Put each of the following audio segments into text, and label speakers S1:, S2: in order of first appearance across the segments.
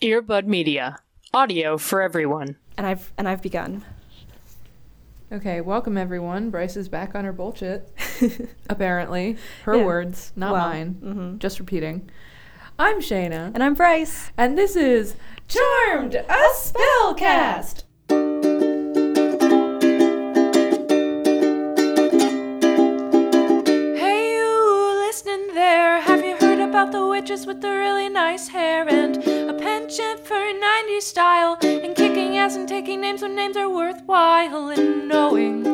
S1: Earbud Media. Audio for everyone.
S2: and I've and I've begun.
S3: Okay, welcome everyone. Bryce is back on her bullshit. Apparently, her
S2: Yeah.
S3: words, not
S2: Well,
S3: mine. Just repeating. I'm Shayna,
S2: And I'm Bryce.
S3: and this is Charmed, a spellcast.
S4: Hey, you listening there? Have you heard about the witches with the really nice hair and a penchant for 90s style and kicking ass and taking names when names are worthwhile and knowing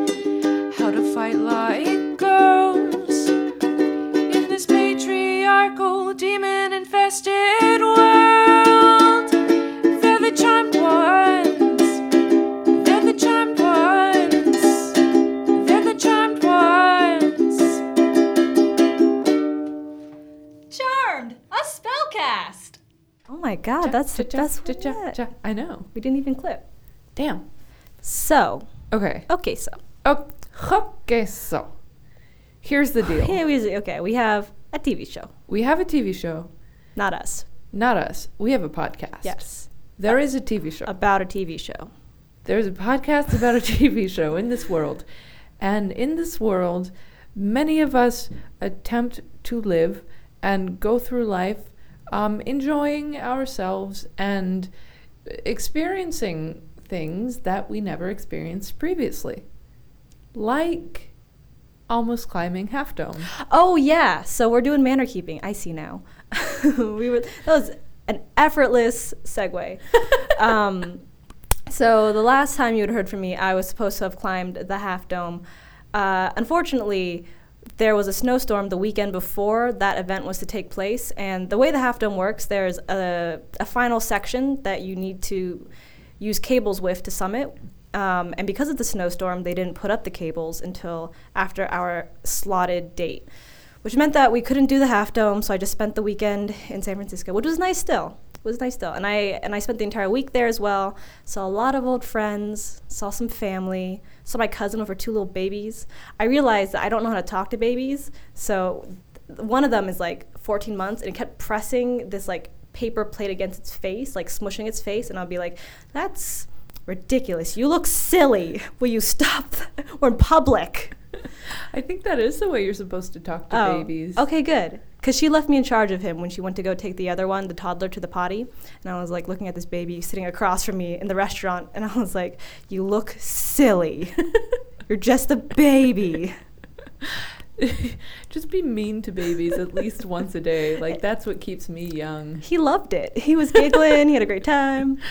S4: how to fight like girls in this patriarchal, demon infested world? They're the charmed ones. They're the charmed ones. They're the charmed ones.
S5: Charmed, a spellcast.
S2: Oh my god, that's the best one yet.
S3: cha- I know.
S2: We didn't even clip.
S3: Damn.
S2: So,
S3: Okay.
S2: okay, so.
S3: Oh, okay, so here's the deal.
S2: Oh, Yeah, we okay, we have a TV show.
S3: We have a TV show.
S2: Not us.
S3: Not us. We have a podcast.
S2: Yes.
S3: There is a TV show.
S2: About a TV show.
S3: There's a podcast about a TV show in this world. And in this world, many of us attempt to live and go through life um, enjoying ourselves and experiencing things that we never experienced previously. Like almost climbing Half Dome.
S2: Oh yeah, so we're doing manor keeping. I see now. we were that was an effortless segue. um, so the last time you had heard from me, I was supposed to have climbed the half dome. Uh, unfortunately, there was a snowstorm the weekend before that event was to take place, and the way the half dome works, there's a, a final section that you need to use cables with to summit. Um, and because of the snowstorm, they didn't put up the cables until after our slotted date, which meant that we couldn't do the half dome. So I just spent the weekend in San Francisco, which was nice still. It was nice still, and I and I spent the entire week there as well. Saw a lot of old friends, saw some family, saw my cousin with her two little babies. I realized that I don't know how to talk to babies, so th- one of them is like 14 months, and it kept pressing this like paper plate against its face, like smushing its face, and I'll be like, "That's ridiculous. You look silly. Will you stop? We're in public."
S3: I think that is the way you're supposed to talk to
S2: Oh,
S3: babies.
S2: Okay, good. Because she left me in charge of him when she went to go take the other one, the toddler, to the potty. And I was like looking at this baby sitting across from me in the restaurant. And I was like, You look silly. You're just a baby.
S3: Just be mean to babies at least once a day. Like, that's what keeps me young.
S2: He loved it. He was giggling. he had a great time.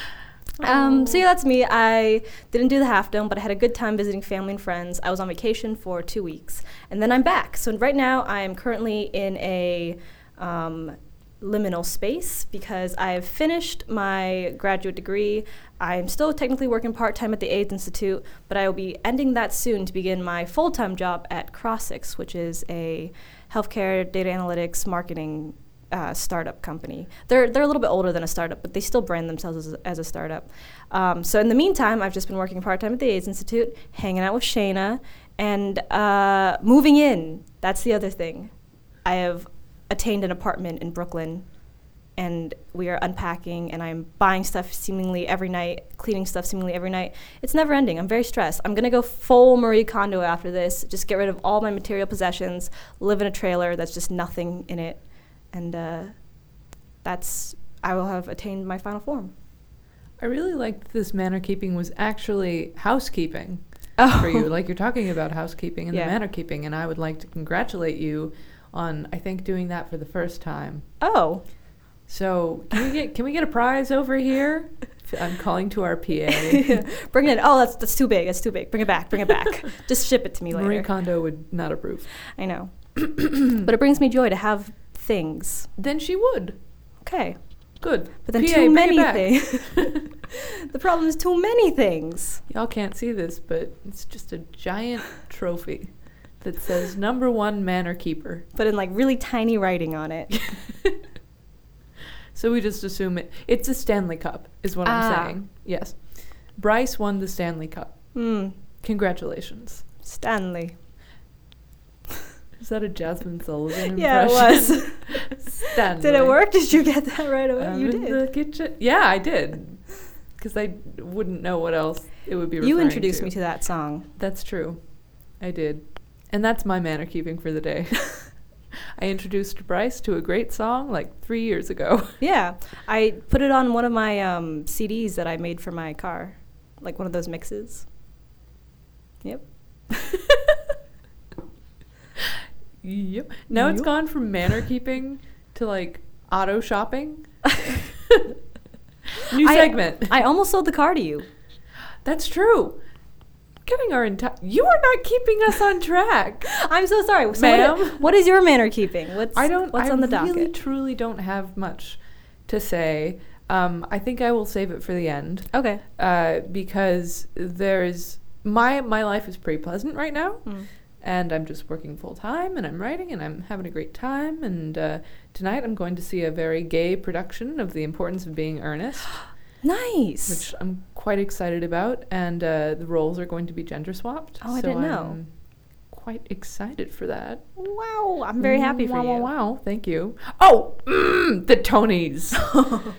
S2: Um, so yeah, that's me. I didn't do the half dome, but I had a good time visiting family and friends. I was on vacation for two weeks, and then I'm back. So right now, I am currently in a um, liminal space because I have finished my graduate degree. I'm still technically working part time at the AIDS Institute, but I will be ending that soon to begin my full time job at Crossix, which is a healthcare data analytics marketing uh, startup company. They're they're a little bit older than a startup, but they still brand themselves as, as a startup. Um, so in the meantime, I've just been working part time at the AIDS Institute, hanging out with Shayna, and uh, moving in. That's the other thing. I have attained an apartment in Brooklyn, and we are unpacking, and I'm buying stuff seemingly every night, cleaning stuff seemingly every night. It's never ending. I'm very stressed. I'm gonna go full Marie Kondo after this. Just get rid of all my material possessions, live in a trailer that's just nothing in it and uh, that's I will have attained my final form.
S3: I really liked this manor keeping was actually housekeeping
S2: Oh,
S3: for you. Like you're talking about housekeeping and
S2: Yeah.
S3: the manor keeping, and I would like to congratulate you on I think doing that for the first time.
S2: oh,
S3: So can we get can we get a prize over here? I'm calling to our PA.
S2: bring it. In. Oh, that's that's too big. That's too big. Bring it back. Bring it back. Just ship it to me later.
S3: Marie Kondo would not approve.
S2: I know, but it brings me joy to have things.
S3: Then she would.
S2: Okay,
S3: Good.
S2: but then too
S3: PA, bring it
S2: many
S3: back.
S2: things. the problem is too many things.
S3: Y'all can't see this, but it's just a giant trophy that says number one manor keeper.
S2: But in like really tiny writing on it.
S3: So we just assume it. It's a Stanley Cup, is what
S2: Ah.
S3: I'm saying. Yes. Bryce won the Stanley Cup.
S2: Hmm.
S3: Congratulations.
S2: Stanley.
S3: Is that a Jasmine Sullivan impression?
S2: Yeah, it was.
S3: Stanley.
S2: Did it work? Did you get that right away?
S3: I'm
S2: you
S3: in
S2: did.
S3: Um, the kitchen. Yeah, I did. Because I wouldn't know what else it would be.
S2: you
S3: referring
S2: introduced me to that song.
S3: That's true. I did. And that's my manner keeping for the day. I introduced Bryce to a great song like three years ago.
S2: Yeah, I put it on one of my um, CDs that I made for my car, like one of those mixes. Yep.
S3: yep. Now it's
S2: Yep.
S3: gone from manner keeping to like auto shopping. New
S2: I-
S3: segment.
S2: I almost sold the car to you.
S3: That's true. Getting our entire. You are not keeping us on track.
S2: I'm so sorry, so what-
S3: Ma'am?
S2: what is your manner keeping? What's
S3: I don't.
S2: What's
S3: I
S2: on the
S3: really,
S2: docket?
S3: truly don't have much to say. Um, I think I will save it for the end
S2: Okay.
S3: uh, because there's my my life is pretty pleasant right now,
S2: Hmm.
S3: and I'm just working full time and I'm writing and I'm having a great time. And uh, tonight I'm going to see a very gay production of The Importance of Being Earnest,
S2: Nice.
S3: which I'm quite excited about. And uh, the roles are going to be gender swapped.
S2: Oh, I
S3: so
S2: didn't know.
S3: I'm quite excited for that.
S2: Mm, wow, I'm very happy for
S3: wow,
S2: you.
S3: Wow, wow, thank you. Oh, mm, the Tonys.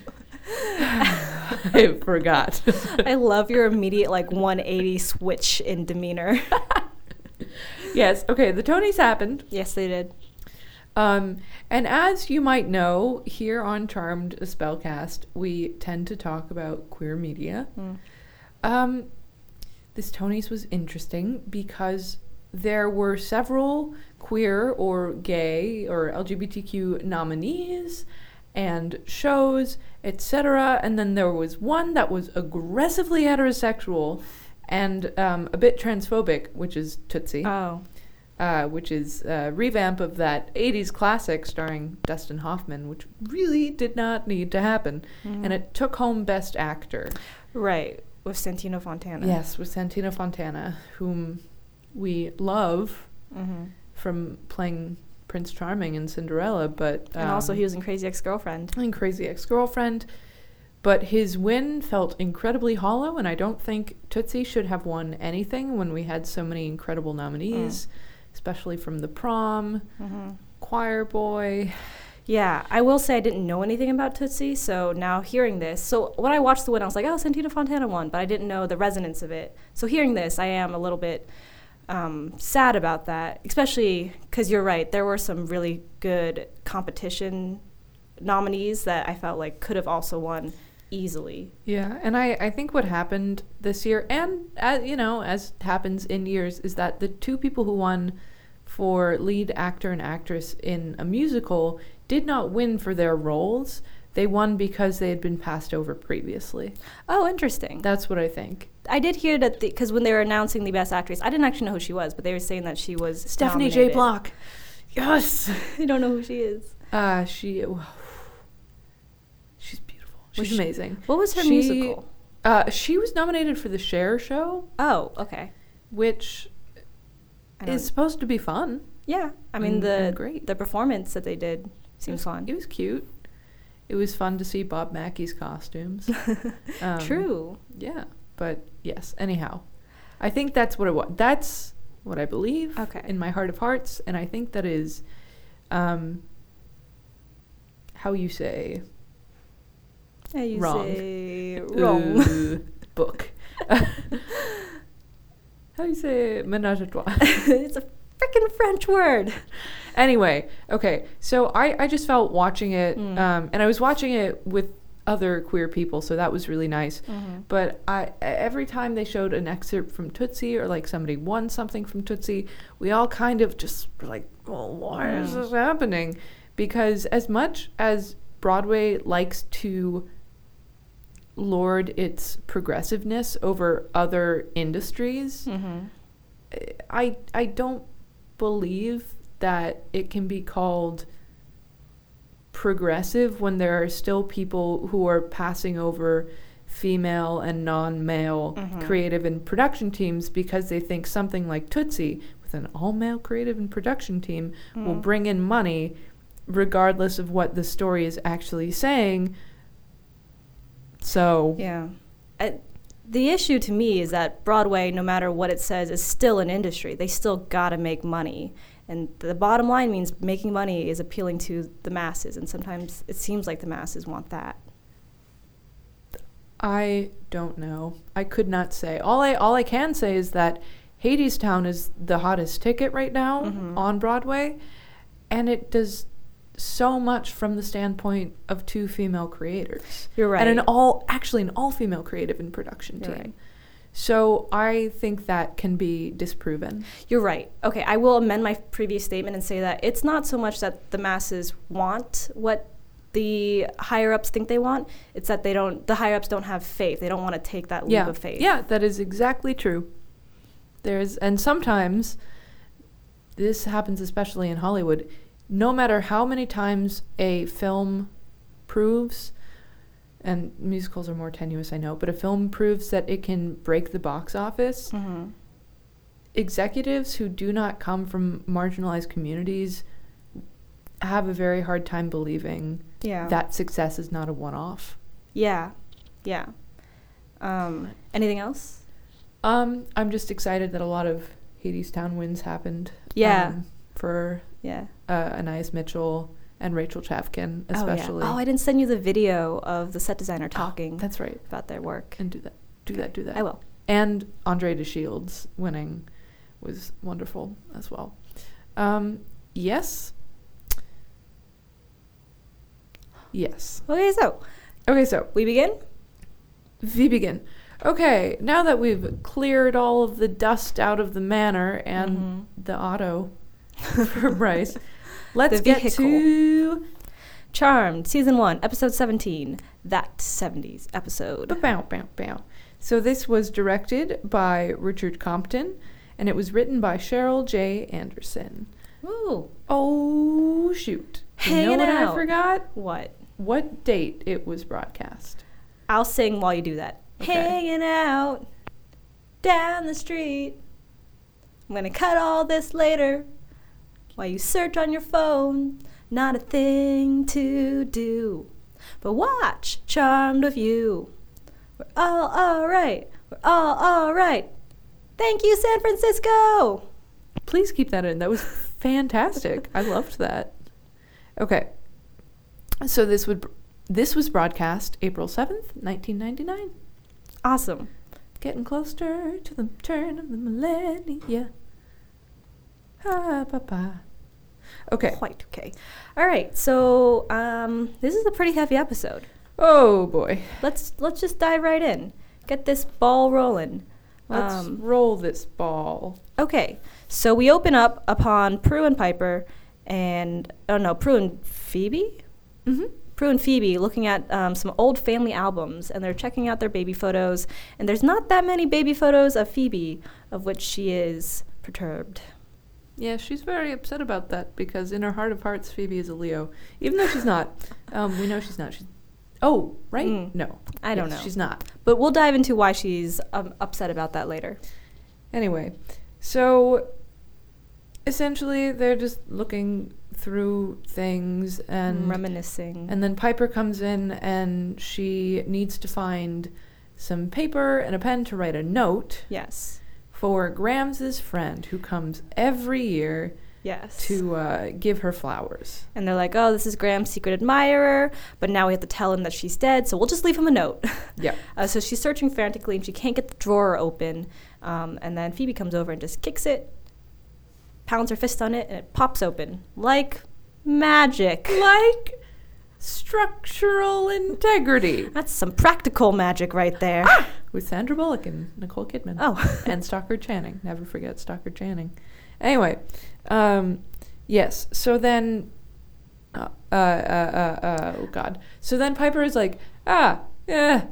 S3: I forgot.
S2: I love your immediate like 180 switch in demeanor.
S3: yes, okay, the Tonys happened.
S2: yes, they did.
S3: Um, and as you might know, here on Charmed a Spellcast, we tend to talk about queer media. Um, this Tony's was interesting because there were several queer or gay or LGBTQ nominees and shows, etc. And then there was one that was aggressively heterosexual and um, a bit transphobic, which is Tootsie
S2: Oh,
S3: uh, which is a revamp of that 80s classic starring Dustin Hoffman, which really did not need to happen.
S2: Mm.
S3: And it took home Best Actor.
S2: right, with Santino Fontana.
S3: Yes, with Santino Fontana, whom we love
S2: Mm-hmm.
S3: from playing Prince Charming in Cinderella, but.
S2: And also,
S3: um,
S2: he was in Crazy Ex-Girlfriend.
S3: and Crazy Ex Girlfriend. But his win felt incredibly hollow, and I don't think Tootsie should have won anything when we had so many incredible nominees, especially from the prom, choir boy.
S2: Yeah, I will say I didn't know anything about Tootsie, so now hearing this, so when I watched the win, I was like, oh, Santino Fontana won, but I didn't know the resonance of it. So hearing this, I am a little bit um, sad about that, especially because you're right, there were some really good competition nominees that I felt like could have also won easily.
S3: Yeah, and I, I think what happened this year, and uh, you know, as happens in years, is that the two people who won for lead actor and actress in a musical did not win for their roles. They won because they had been passed over previously.
S2: Oh, interesting.
S3: That's what I think.
S2: I did hear that because when they were announcing the best actress, I didn't actually know who she was, but they were saying that she was
S3: Stephanie J.
S2: nominated.
S3: Block. Yes.
S2: I don't know who she is.
S3: Uh, she. She's beautiful. She's
S2: she-
S3: amazing.
S2: What was her
S3: She-
S2: musical?
S3: Uh, she was nominated for the Share Show,
S2: Oh, okay.
S3: which
S2: I don't
S3: is supposed to be fun.
S2: Yeah, I
S3: and-
S2: mean the
S3: and great.
S2: the performance that they did seems fun.
S3: It was cute. It was fun to see Bob Mackey's costumes. Um,
S2: True.
S3: Yeah. But yes. Anyhow, I think that's what it was. That's what I believe.
S2: Okay.
S3: In my heart of hearts, and I think that is, um, how you say
S2: Yeah, you
S3: wrong.
S2: say wrong.
S3: Ooh, book. How do you say menage a trois?
S2: it's a freaking French word.
S3: anyway, okay. So I, I just felt watching it, um, and I was watching it with other queer people, so that was really nice. But I e, every time they showed an excerpt from Tootsie or like somebody won something from Tootsie, we all kind of just were like, well, why is this happening? Because as much as Broadway likes to lord its progressiveness over other industries, I I don't believe that it can be called progressive when there are still people who are passing over female and non-male creative and production teams because they think something like Tootsie with an all-male creative and production team will bring in money regardless of what the story is actually saying. So,
S2: Yeah. I, the issue to me is that Broadway, no matter what it says, is still an industry. They still gotta make money. And the bottom line means making money is appealing to the masses, and sometimes it seems like the masses want that.
S3: I don't know. I could not say. All I all I can say is that Hades Town is the hottest ticket right now
S2: Mm-hmm.
S3: on Broadway, and it does so much from the standpoint of two female creators.
S2: You're
S3: And an
S2: right.
S3: all actually an all female creative and production
S2: You're
S3: team.
S2: right.
S3: So I think that can be disproven.
S2: You're right. Okay, I will amend my previous statement and say that it's not so much that the masses want what the higher ups think they want, it's that they don't the higher ups don't have faith. They don't want to take that leap
S3: yeah.
S2: of faith.
S3: Yeah, that is exactly true. There's and sometimes this happens especially in Hollywood. No matter how many times a film proves and musicals are more tenuous, I know, but a film proves that it can break the box office.
S2: Mm-hmm.
S3: Executives who do not come from marginalized communities have a very hard time believing
S2: Yeah.
S3: that success is not a one off.
S2: Yeah. Yeah. Um, anything else?
S3: Um, I'm just excited that a lot of Hades Town wins happened.
S2: Yeah.
S3: um, for
S2: Yeah.
S3: uh, Anais Mitchell and Rachel Chafkin, especially.
S2: Oh, yeah. oh, I didn't send you the video of the set designer talking
S3: That's right.
S2: about their work.
S3: And do that. Do that. Do that.
S2: I will.
S3: And Andre DeShields winning was wonderful as well. Um, yes. Yes.
S2: Okay, so
S3: Okay, so
S2: we begin?
S3: We begin. Okay, now that we've cleared all of the dust out of the manor and
S2: Mm-hmm.
S3: the auto for Bryce, let's
S2: The
S3: get
S2: vehicle.
S3: to
S2: Charmed, season one, episode seventeen. That seventies episode.
S3: Bow, bow, bow. So this was directed by Richard Compton, and it was written by Cheryl J. Anderson.
S2: Ooh.
S3: Oh shoot! you
S2: Hanging
S3: know what
S2: out.
S3: I forgot?
S2: What?
S3: What date it was broadcast?
S2: I'll sing while you do that.
S3: Okay.
S2: Hanging out down the street. I'm gonna cut all this later. While you search on your phone, not a thing to do. But watch, charmed of you. We're all alright. We're all alright. Thank you, San Francisco.
S3: Please keep that in. That was fantastic. I loved that. Okay. So this would this was broadcast April 7th, 1999.
S2: Awesome.
S3: Getting closer to the turn of the millennia. Ah, papa. Okay.
S2: Quite okay. All right, so um, this is a pretty heavy episode.
S3: Oh boy.
S2: Let's let's just dive right in. Get this ball rolling.
S3: Let's
S2: Um,
S3: roll this ball.
S2: Okay, so we open up upon Prue and Piper, and oh no, Prue and Phoebe.
S3: Mhm.
S2: Prue and Phoebe looking at um, some old family albums, and they're checking out their baby photos. And there's not that many baby photos of Phoebe, of which she is perturbed.
S3: Yeah, she's very upset about that because in her heart of hearts, Phoebe is a Leo, even though she's not. Um, we know she's not. She's oh, right?
S2: Mm.
S3: No,
S2: I don't know.
S3: She's not.
S2: But we'll dive into why she's um, upset about that later.
S3: Anyway, so essentially they're just looking through things and
S2: Reminiscing.
S3: and then Piper comes in and she needs to find some paper and a pen to write a note
S2: yes.
S3: for Grams's friend who comes every year
S2: Yes.
S3: to uh, give her flowers.
S2: And they're like, oh, this is Graham's secret admirer, but now we have to tell him that she's dead, so we'll just leave him a note.
S3: Yeah.
S2: Uh, so she's searching frantically and she can't get the drawer open. Um, and then Phoebe comes over and just kicks it, pounds her fist on it, and it pops open like magic.
S3: Like structural integrity
S2: That's some practical magic right there.
S3: with Sandra Bullock and Nicole Kidman.
S2: Oh,
S3: and Stockard Channing. Never forget Stockard Channing. Anyway, um, yes. So then, uh, uh, uh, uh, uh, oh God. So then Piper is like, ah, eh,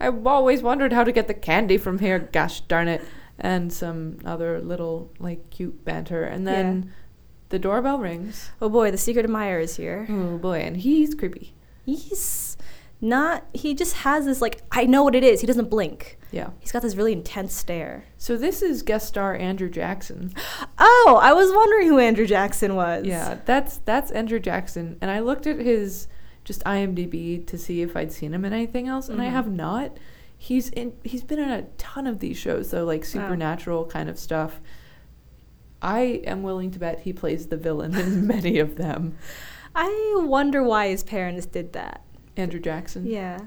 S3: I've always wondered how to get the candy from here. Gosh darn it! And some other little like cute banter, and then the doorbell rings.
S2: oh boy, the secret admirer is here.
S3: Oh boy, and he's creepy.
S2: He's not, he just has this, like, I know what it is. He doesn't blink.
S3: Yeah.
S2: He's got this really intense stare.
S3: So this is guest star Andrew Jackson.
S2: Oh, I was wondering who Andrew Jackson was.
S3: Yeah, that's that's Andrew Jackson, and I looked at his just IMDb to see if I'd seen him in anything else, and I have not. He's in. He's been in a ton of these shows though, like supernatural kind of stuff. I am willing to bet he plays the villain in many of them.
S2: I wonder why his parents did that.
S3: Andrew Jackson.
S2: Yeah.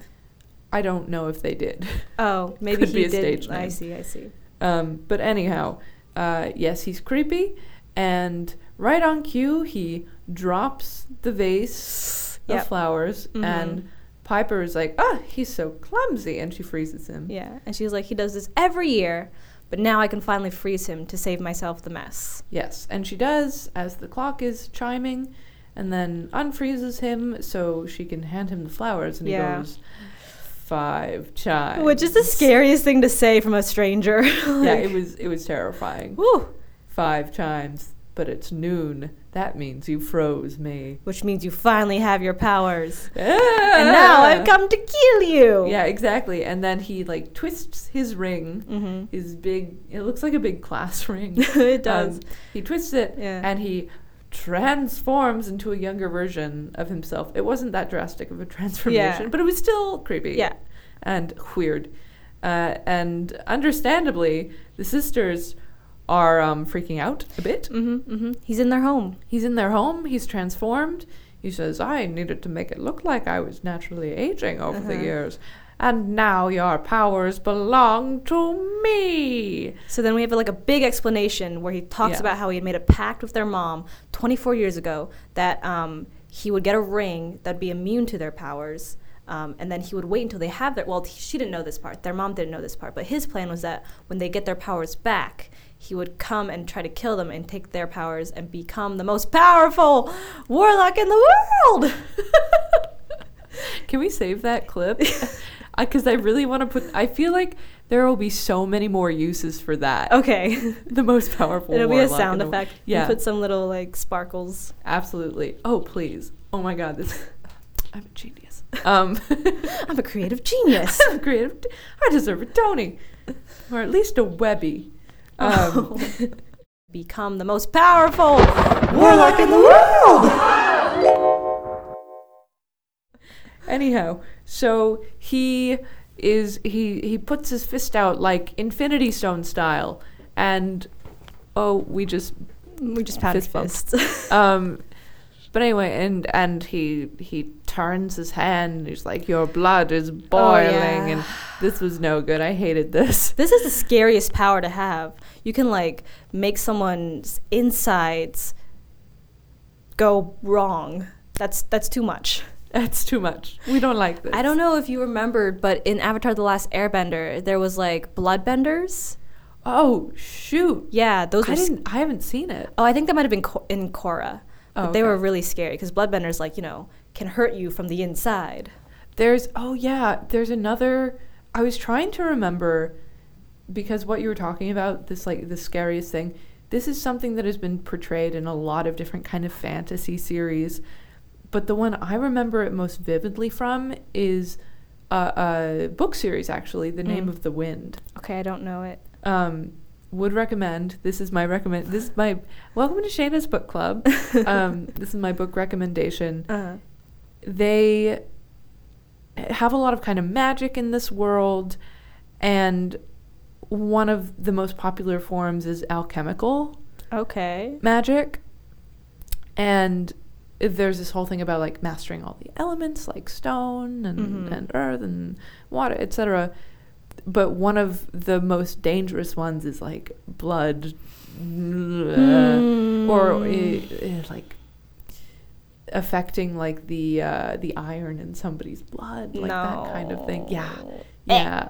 S3: I don't know if they did.
S2: Oh, maybe
S3: Could
S2: he
S3: be a
S2: did.
S3: stage
S2: I
S3: name.
S2: see. I see.
S3: Um, but anyhow, uh, yes, he's creepy, and right on cue, he drops the vase
S2: Yep. Mm-hmm.
S3: of flowers, and Piper is like, "Ah, he's so clumsy," and she freezes him.
S2: Yeah. And she's like, he does this every year, but now I can finally freeze him to save myself the mess.
S3: Yes, and she does as the clock is chiming, and then unfreezes him so she can hand him the flowers, and
S2: Yeah.
S3: he goes five chimes,
S2: Which is the scariest thing to say from a stranger.
S3: yeah,
S2: Like,
S3: it was it was terrifying.
S2: whew.
S3: Five chimes, but it's noon. That means you froze me.
S2: Which means you finally have your powers.
S3: and
S2: And now I've come to kill you.
S3: Ah. Yeah, exactly. And then he like twists his ring, his big. It looks like a big class ring.
S2: Mm-hmm.
S3: Um,
S2: It does.
S3: he twists it,
S2: Yeah.
S3: and he transforms into a younger version of himself. It wasn't that drastic of a transformation, but it was still creepy.
S2: Yeah.
S3: and weird. Uh, and understandably, the sisters are um, freaking out a bit.
S2: He's in their home.
S3: He's in their home. He's transformed. He says, I needed to make it look like I was naturally aging over
S2: Uh-huh.
S3: the years. And now your powers belong to me.
S2: So then we have like a big explanation where he talks
S3: Yeah.
S2: about how he had made a pact with their mom 24 years ago that um, he would get a ring that'd be immune to their powers. Um, and then he would wait until they have their. Well, he- she didn't know this part. Their mom didn't know this part. But his plan was that when they get their powers back, he would come and try to kill them and take their powers and become the most powerful warlock in the world.
S3: Can we save that clip? Because I really want to put. I feel like there will be so many more uses for that.
S2: okay.
S3: The most powerful.
S2: Oh. It'll be a
S3: warlock in
S2: sound
S3: the wo-
S2: effect.
S3: Yeah,
S2: You put some little like sparkles.
S3: absolutely. Oh please. Oh my God. This. I'm a genius. Um.
S2: I'm a creative genius.
S3: I'm creative. I deserve a Tony, or at least a Webby. Um,
S2: become the most powerful.
S3: Warlock in the world! Anyhow, so he is he he puts his fist out like Infinity Stone style, and oh, we just
S2: We just pounded
S3: Fist bump.
S2: fists.
S3: um. But anyway, and and he he turns his hand. He's like, "Your blood is boiling,"
S2: Oh, yeah.
S3: and this was no good. I hated this.
S2: this is the scariest power to have. You can like make someone's insides go wrong. That's that's too much.
S3: That's too much. We don't like this.
S2: I don't know if you remembered, but in Avatar: The Last Airbender, there was like bloodbenders.
S3: Oh shoot!
S2: Yeah, those.
S3: I
S2: were sc-
S3: didn't. I haven't seen it.
S2: oh, I think that might have been co- in Korra. But
S3: Oh,
S2: They were
S3: okay.
S2: really scary because bloodbenders, like you know, can hurt you from the inside.
S3: There's oh yeah, there's another I was trying to remember because what you were talking about this like the scariest thing. This is something that has been portrayed in a lot of different kind of fantasy series, but the one I remember it most vividly from is a, a book series actually, The Name of the Wind.
S2: Okay, I don't know it.
S3: Um would recommend. This is my recommend. This is my welcome to Shayna's book club. um, this is my book recommendation
S2: Uh-huh.
S3: they have a lot of kind of magic in this world and one of the most popular forms is alchemical
S2: Okay.
S3: magic and there's this whole thing about like mastering all the elements like stone and,
S2: Mm-hmm.
S3: and earth and water etc but one of the most dangerous ones is like blood
S2: Hmm.
S3: or uh, uh, like affecting like the uh, the iron in somebody's blood like that kind of thing yeah
S2: Eh.
S3: yeah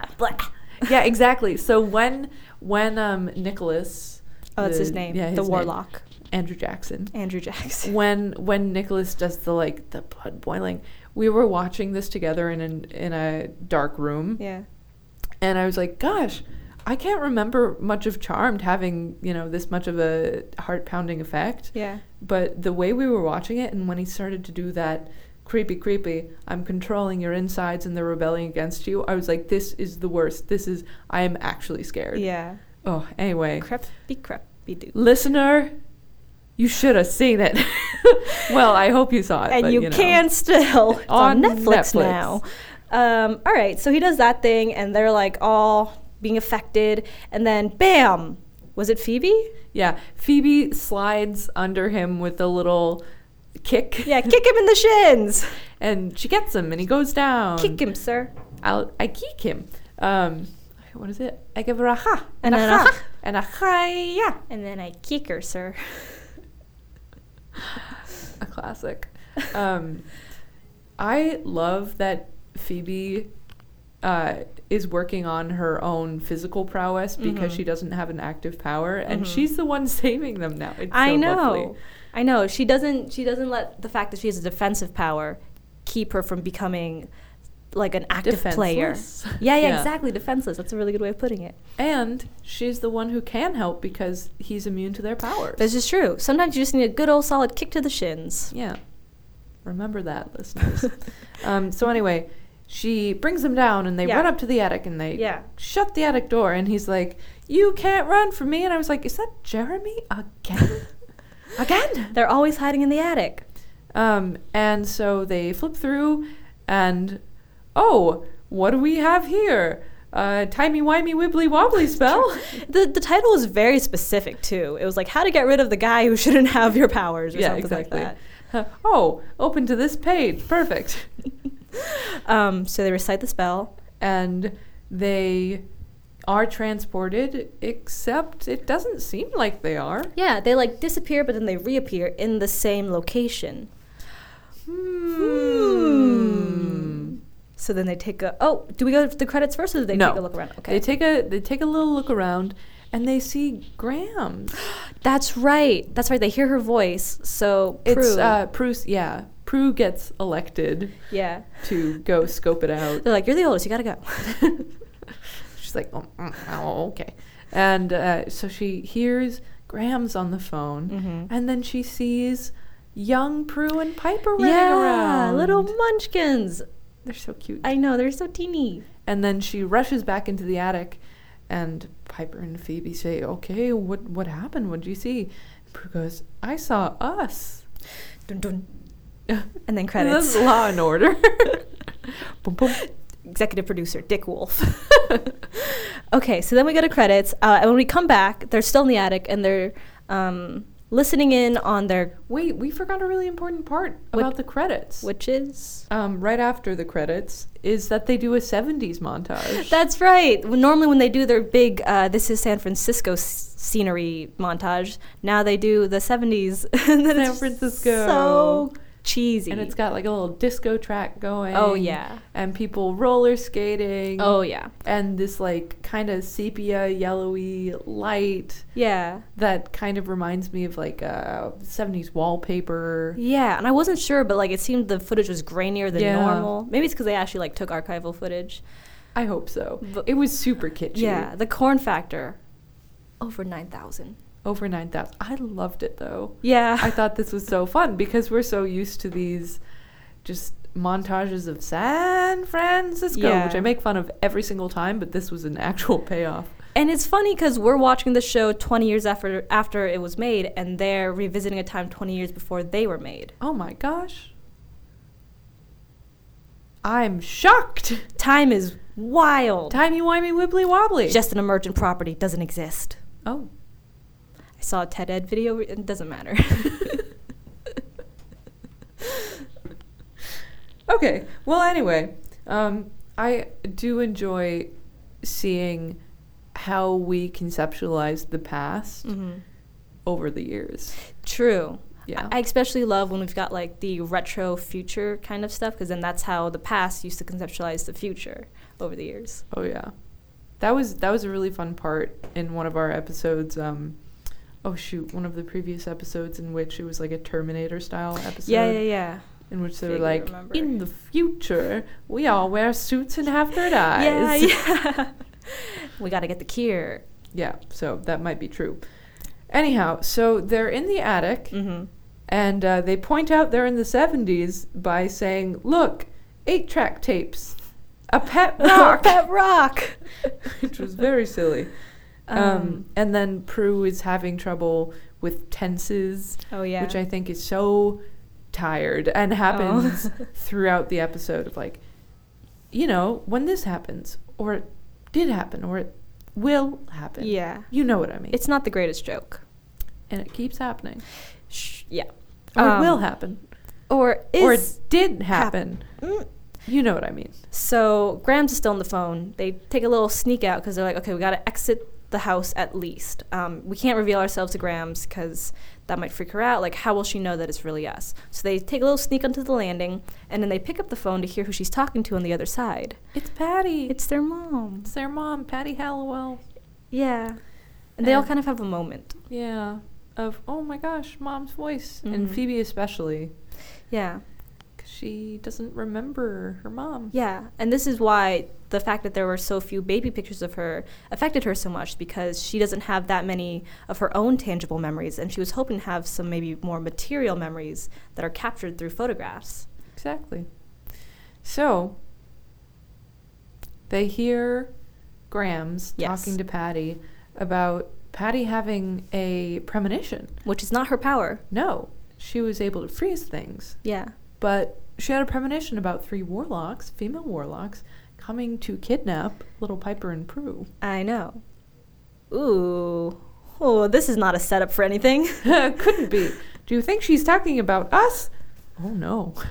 S3: yeah exactly so when when um nicholas
S2: Oh, that's his
S3: the-
S2: name. the
S3: yeah, his name,
S2: warlock,
S3: andrew jackson
S2: Andrew Jackson.
S3: when when Nicholas does the like the blood boiling, we were watching this together in an, in a dark room,
S2: Yeah.
S3: and I was like, "Gosh, I can't remember much of Charmed having you know this much of a heart pounding effect."
S2: Yeah.
S3: But the way we were watching it, and when he started to do that creepy, creepy, I'm controlling your insides and they're rebelling against you, I was like, "This is the worst. This is I am actually scared."
S2: Yeah.
S3: Oh, anyway,
S2: Creppy, creppy dude.
S3: listener. You should have seen it. well, I hope you saw it.
S2: And
S3: but,
S2: you,
S3: you know.
S2: can still. It's on,
S3: On
S2: Netflix,
S3: Netflix.
S2: now. Um, all right. So he does that thing, and they're like all being affected, and then bam, Was it Phoebe?
S3: Yeah, Phoebe slides under him with a little kick.
S2: Yeah, kick him in the shins.
S3: and she gets him, and he goes down.
S2: Kick him, sir.
S3: I'll, I kick him. Um, what is it? I give her a ha
S2: And
S3: a
S2: an
S3: ha
S2: ah.
S3: and a hi yeah.
S2: And then I kick her, sir.
S3: A classic. Um, I love that Phoebe uh, is working on her own physical prowess because
S2: Mm-hmm.
S3: she doesn't have an active power, and she's the one saving them now. It's
S2: I
S3: so
S2: know.
S3: lovely.
S2: I know. She doesn't she doesn't let the fact that she has a defensive power keep her from becoming like an active player.
S3: Defenseless.
S2: Yeah, yeah,
S3: Yeah.
S2: exactly. Defenseless. That's a really good way of putting it.
S3: And she's the one who can help because he's immune to their powers.
S2: This is true. Sometimes you just need a good old solid kick to the shins.
S3: Yeah. Remember that, listeners. um, so anyway, she brings him down and they
S2: Yeah.
S3: run up to the attic and they
S2: Yeah.
S3: shut the attic door and he's like, You can't run from me and I was like, Is that Jeremy again? again.
S2: They're always hiding in the attic.
S3: Um, and so they flip through and oh, what do we have here? Uh timey wimey wibbly wobbly spell.
S2: The the title was very specific too. It was like how to get rid of the guy who shouldn't have your powers or
S3: yeah,
S2: something
S3: exactly.
S2: like
S3: Huh. oh, open to this page. Perfect.
S2: that. Um, so they recite the spell.
S3: and they are transported, except it doesn't seem like they are.
S2: Yeah, they like disappear but then they reappear in the same location.
S3: Hmm.
S2: So then they take a oh, do we go to the credits first or do they
S3: no.
S2: take a look around?
S3: They take a they take a little look around, and they see Graham.
S2: That's right. That's right. They hear her voice. So
S3: It's
S2: Prue-
S3: uh, Prue's. Yeah, Prue gets elected
S2: yeah.
S3: to go scope it out.
S2: They're like, You're the oldest, you gotta go.
S3: She's like, oh, mm, oh okay, and uh, so she hears Graham's on the phone,
S2: Mm-hmm.
S3: and then she sees young Prue and Piper running
S2: yeah.
S3: around.
S2: Little munchkins.
S3: They're so cute.
S2: I know, they're so teeny.
S3: And then she rushes back into the attic, and Piper and Phoebe say, "Okay, what what happened? What did you see?" And Prue goes, "I saw us."
S2: Dun, dun. And then
S3: This
S2: credits.
S3: is Law and Order. Boom, boom.
S2: Executive producer, Dick Wolf. okay, so then we go to credits. Uh, and when we come back, they're still in the attic and they're um, listening in on their
S3: Wait, we forgot a really important part
S2: What-
S3: about the credits.
S2: witches.
S3: Um, right after the credits is that they do a '70s montage.
S2: That's right. Well, Normally, when they do their big uh, "This is San Francisco" s- scenery montage, now they do the '70s. And then
S3: San
S2: just
S3: Francisco.
S2: So cheesy.
S3: and it's got like a little disco track going.
S2: Oh, yeah.
S3: and people roller skating.
S2: oh yeah,
S3: and this like kind of sepia yellowy light.
S2: yeah,
S3: that kind of reminds me of like uh, 70s wallpaper.
S2: yeah. And I wasn't sure, but like it seemed the footage was grainier than
S3: Yeah.
S2: normal. Maybe it's because they actually like took archival footage.
S3: I hope so.
S2: But-
S3: it was super kitschy.
S2: Yeah, the corn factor, over nine thousand.
S3: Over 9,000. I loved it though.
S2: Yeah,
S3: I thought this was so fun because we're so used to these just montages of San Francisco,
S2: Yeah.
S3: which I make fun of every single time, but this was an actual payoff.
S2: And it's funny because we're watching the show 20 years after after it was made, and they're revisiting a time 20 years before they were made.
S3: Oh my gosh. I'm shocked.
S2: Time is wild.
S3: Timey wimey wibbly wobbly.
S2: Just an emergent property doesn't exist.
S3: oh.
S2: I saw a TED Ed video. re- It doesn't matter.
S3: Okay. Well, anyway, um, I do enjoy seeing how we conceptualize the past
S2: Mm-hmm.
S3: over the years.
S2: True.
S3: Yeah.
S2: I especially love when we've got like the retro future kind of stuff because then that's how the past used to conceptualize the future over the years.
S3: oh yeah, that was that was a really fun part in one of our episodes. Um, oh shoot, one of the previous episodes in which it was like a Terminator style episode.
S2: yeah, yeah, yeah.
S3: In which they were
S2: Vaguely
S3: like,
S2: remember.
S3: in the future, we all wear suits and have third eyes.
S2: Yeah, yeah. we got to get the cure.
S3: Yeah, so that might be true. Anyhow, so they're in the
S2: Mm-hmm.
S3: attic, and uh, they point out they're in the 70s by saying, Look, eight track tapes, a pet rock,
S2: Pet rock.
S3: which was very silly. Um, and then Prue is having trouble with tenses,
S2: Oh, yeah. Oh.
S3: which I think is so tired and happens throughout the episode of like, you know, when this happens, or it did happen, or it will happen.
S2: Yeah.
S3: You know what I mean.
S2: It's not the greatest joke.
S3: and it keeps happening.
S2: Shh, yeah.
S3: Or it
S2: Um,
S3: will happen.
S2: Or is
S3: or it did happen.
S2: Mm.
S3: You know what I mean.
S2: So Grams is still on the phone. They take a little sneak out because they're like, okay, we got to exit the house at least. Um, we can't reveal ourselves to Grams because that might freak her out. Like, how will she know that it's really us? So they take a little sneak onto the landing and then they pick up the phone to hear who she's talking to on the other side.
S3: It's Patty. It's,
S2: It's their mom.
S3: their mom, Patty Hallowell.
S2: Yeah. And they all
S3: And-
S2: kind of have a moment.
S3: Yeah. Of oh my gosh, mom's voice,
S2: Mhm.
S3: and Phoebe especially,
S2: Yeah.
S3: 'cause she doesn't remember her mom.
S2: Yeah, and this is why the fact that there were so few baby pictures of her affected her so much because she doesn't have that many of her own tangible memories, and she was hoping to have some maybe more material memories that are captured through photographs.
S3: Exactly. So they hear Grams
S2: Yes.
S3: talking to Patty about Patty having a premonition.
S2: Which is not her power.
S3: No, she was able to freeze things,
S2: Yeah.
S3: but she had a premonition about three warlocks, female warlocks, coming to kidnap little Piper and Prue.
S2: I know. Ooh. Oh, this is not a setup for anything.
S3: Couldn't be. Do you think she's talking about us? Oh no.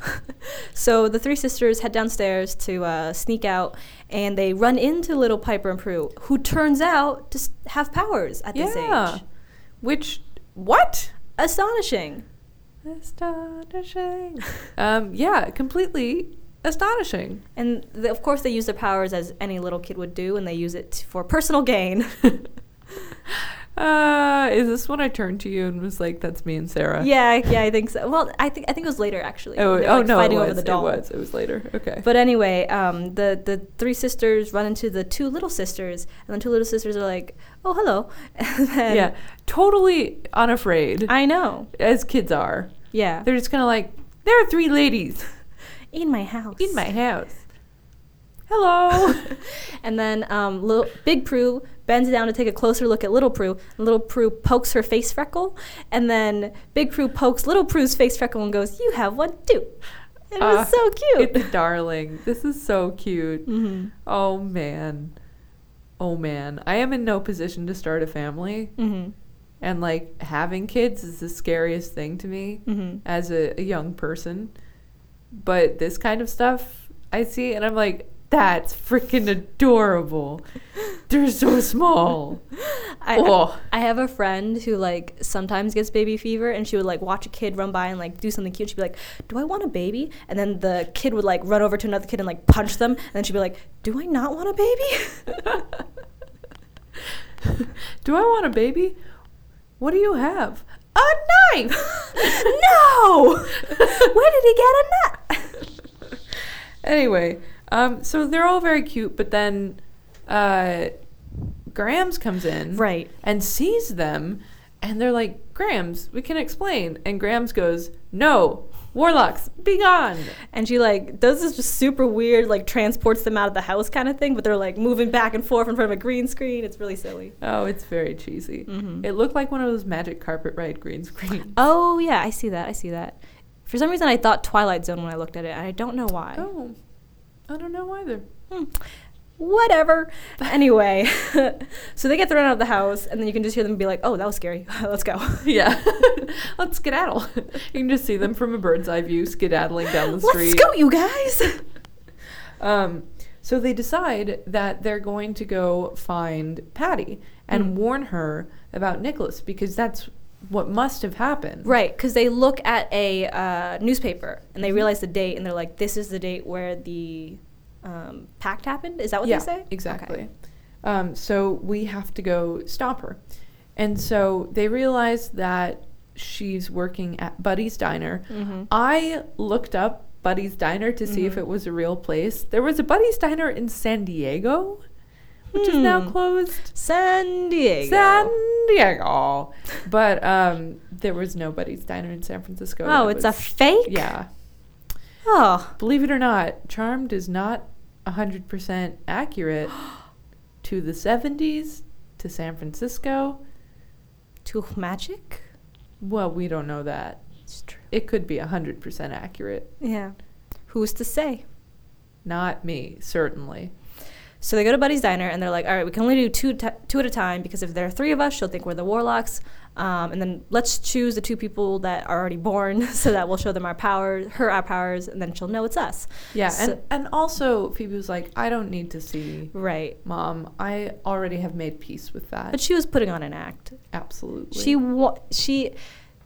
S2: So the three sisters head downstairs to uh, sneak out, and they run into little Piper and Prue, who turns out to s- have powers at this
S3: yeah.
S2: age.
S3: Which what?
S2: Astonishing.
S3: Astonishing. um, yeah, completely astonishing.
S2: And th of course, they use their powers as any little kid would do, and they use it for personal gain.
S3: Uh, is this when I turned to you and was like, "That's me and Sarah"?
S2: yeah, yeah, I think so. Well, I think I think it was later actually.
S3: Oh,
S2: They're,
S3: oh
S2: like,
S3: no,
S2: fighting
S3: it was.
S2: over the
S3: it
S2: doll.
S3: was. It was later. Okay.
S2: But anyway, um, the the three sisters run into the two little sisters, and the two little sisters are like, "Oh, hello." And then-
S3: yeah, totally unafraid
S2: I know.
S3: as kids are.
S2: Yeah,
S3: They're just kind of like, "There are three ladies
S2: in my house.
S3: in my house." Hello.
S2: and then um, little, Big Prue bends down to take a closer look at Little Prue. And little Prue pokes her face freckle, and then Big Prue pokes Little Prue's face freckle and goes, "You have one too." It
S3: Uh,
S2: was so cute.
S3: it's darling. This is so cute.
S2: mm-hmm.
S3: Oh man. Oh man. I am in no position to start a family.
S2: Mm-hmm.
S3: And like having kids is the scariest thing to me
S2: Mm-hmm.
S3: as a, a young person. But this kind of stuff I see and I'm like, that's freaking adorable. They're so small.
S2: I,
S3: oh,
S2: I have a friend who like sometimes gets baby fever, and she would like watch a kid run by and like do something cute. She'd be like, "Do I want a baby?" And then the kid would like run over to another kid and like punch them, and then she'd be like, "Do I not want a baby?"
S3: do I want a baby? What do you have? A knife.
S2: no! Where did he get a nut?
S3: anyway, um, so they're all very cute, but then uh, Grams comes in
S2: Right.
S3: and sees them, and they're like, Grams, we can explain. And Grams goes, No, warlocks, be gone.
S2: And she like does this just super weird like transports them out of the house kind of thing, but they're like moving back and forth in front of a green screen. It's really silly.
S3: Oh, it's very cheesy.
S2: Mm-hmm.
S3: It looked like one of those magic carpet ride green screens.
S2: Oh yeah, I see that. I see that. For some reason, I thought Twilight Zone when I looked at it. and I don't know why.
S3: Oh, I don't know either.
S2: Hmm. Whatever. Anyway, so they get thrown out of the house, and then you can just hear them be like, "Oh, that was scary. Let's go."
S3: Yeah, let's skedaddle. you can just see them from a bird's eye view skedaddling down the street.
S2: Let's go, you guys.
S3: Um, so they decide that they're going to go find Patty and
S2: Hmm.
S3: warn her about Nicholas because that's what must have happened.
S2: Right, because they look at a uh, newspaper and
S3: Mm-hmm.
S2: they realize the date, and they're like, "This is the date where the um, pact happened." Is that what
S3: yeah,
S2: they say?
S3: exactly.
S2: Okay.
S3: Um, so we have to go stop her. And so they realize that she's working at Buddy's Diner.
S2: Mm-hmm.
S3: I looked up Buddy's Diner to see if it was a real place. There was a Buddy's Diner in San Diego, which is now
S2: Hmm.
S3: closed.
S2: San Diego.
S3: San Diego. But um, there was nobody's diner in San Francisco.
S2: oh,
S3: that
S2: it's a
S3: was-
S2: fake.
S3: Yeah.
S2: Oh,
S3: Believe it or not, Charmed is not 100% accurate to the 70s, to San Francisco.
S2: to magic.
S3: Well, we don't know that.
S2: It's true.
S3: It could be 100% accurate.
S2: Yeah. Who's to say?
S3: Not me, certainly.
S2: So they go to Buddy's diner and they're like, all right, we can only do two t- two at a time because if there are three of us, she'll think we're the warlocks. Um, and then let's choose the two people that are already born so that we'll show them our power, her our powers, and then she'll know it's us.
S3: Yeah,
S2: So-
S3: and and also Phoebe was like, I don't need to see
S2: Right.
S3: mom. I already have made peace with that.
S2: But she was putting on an act.
S3: Absolutely.
S2: She wa- she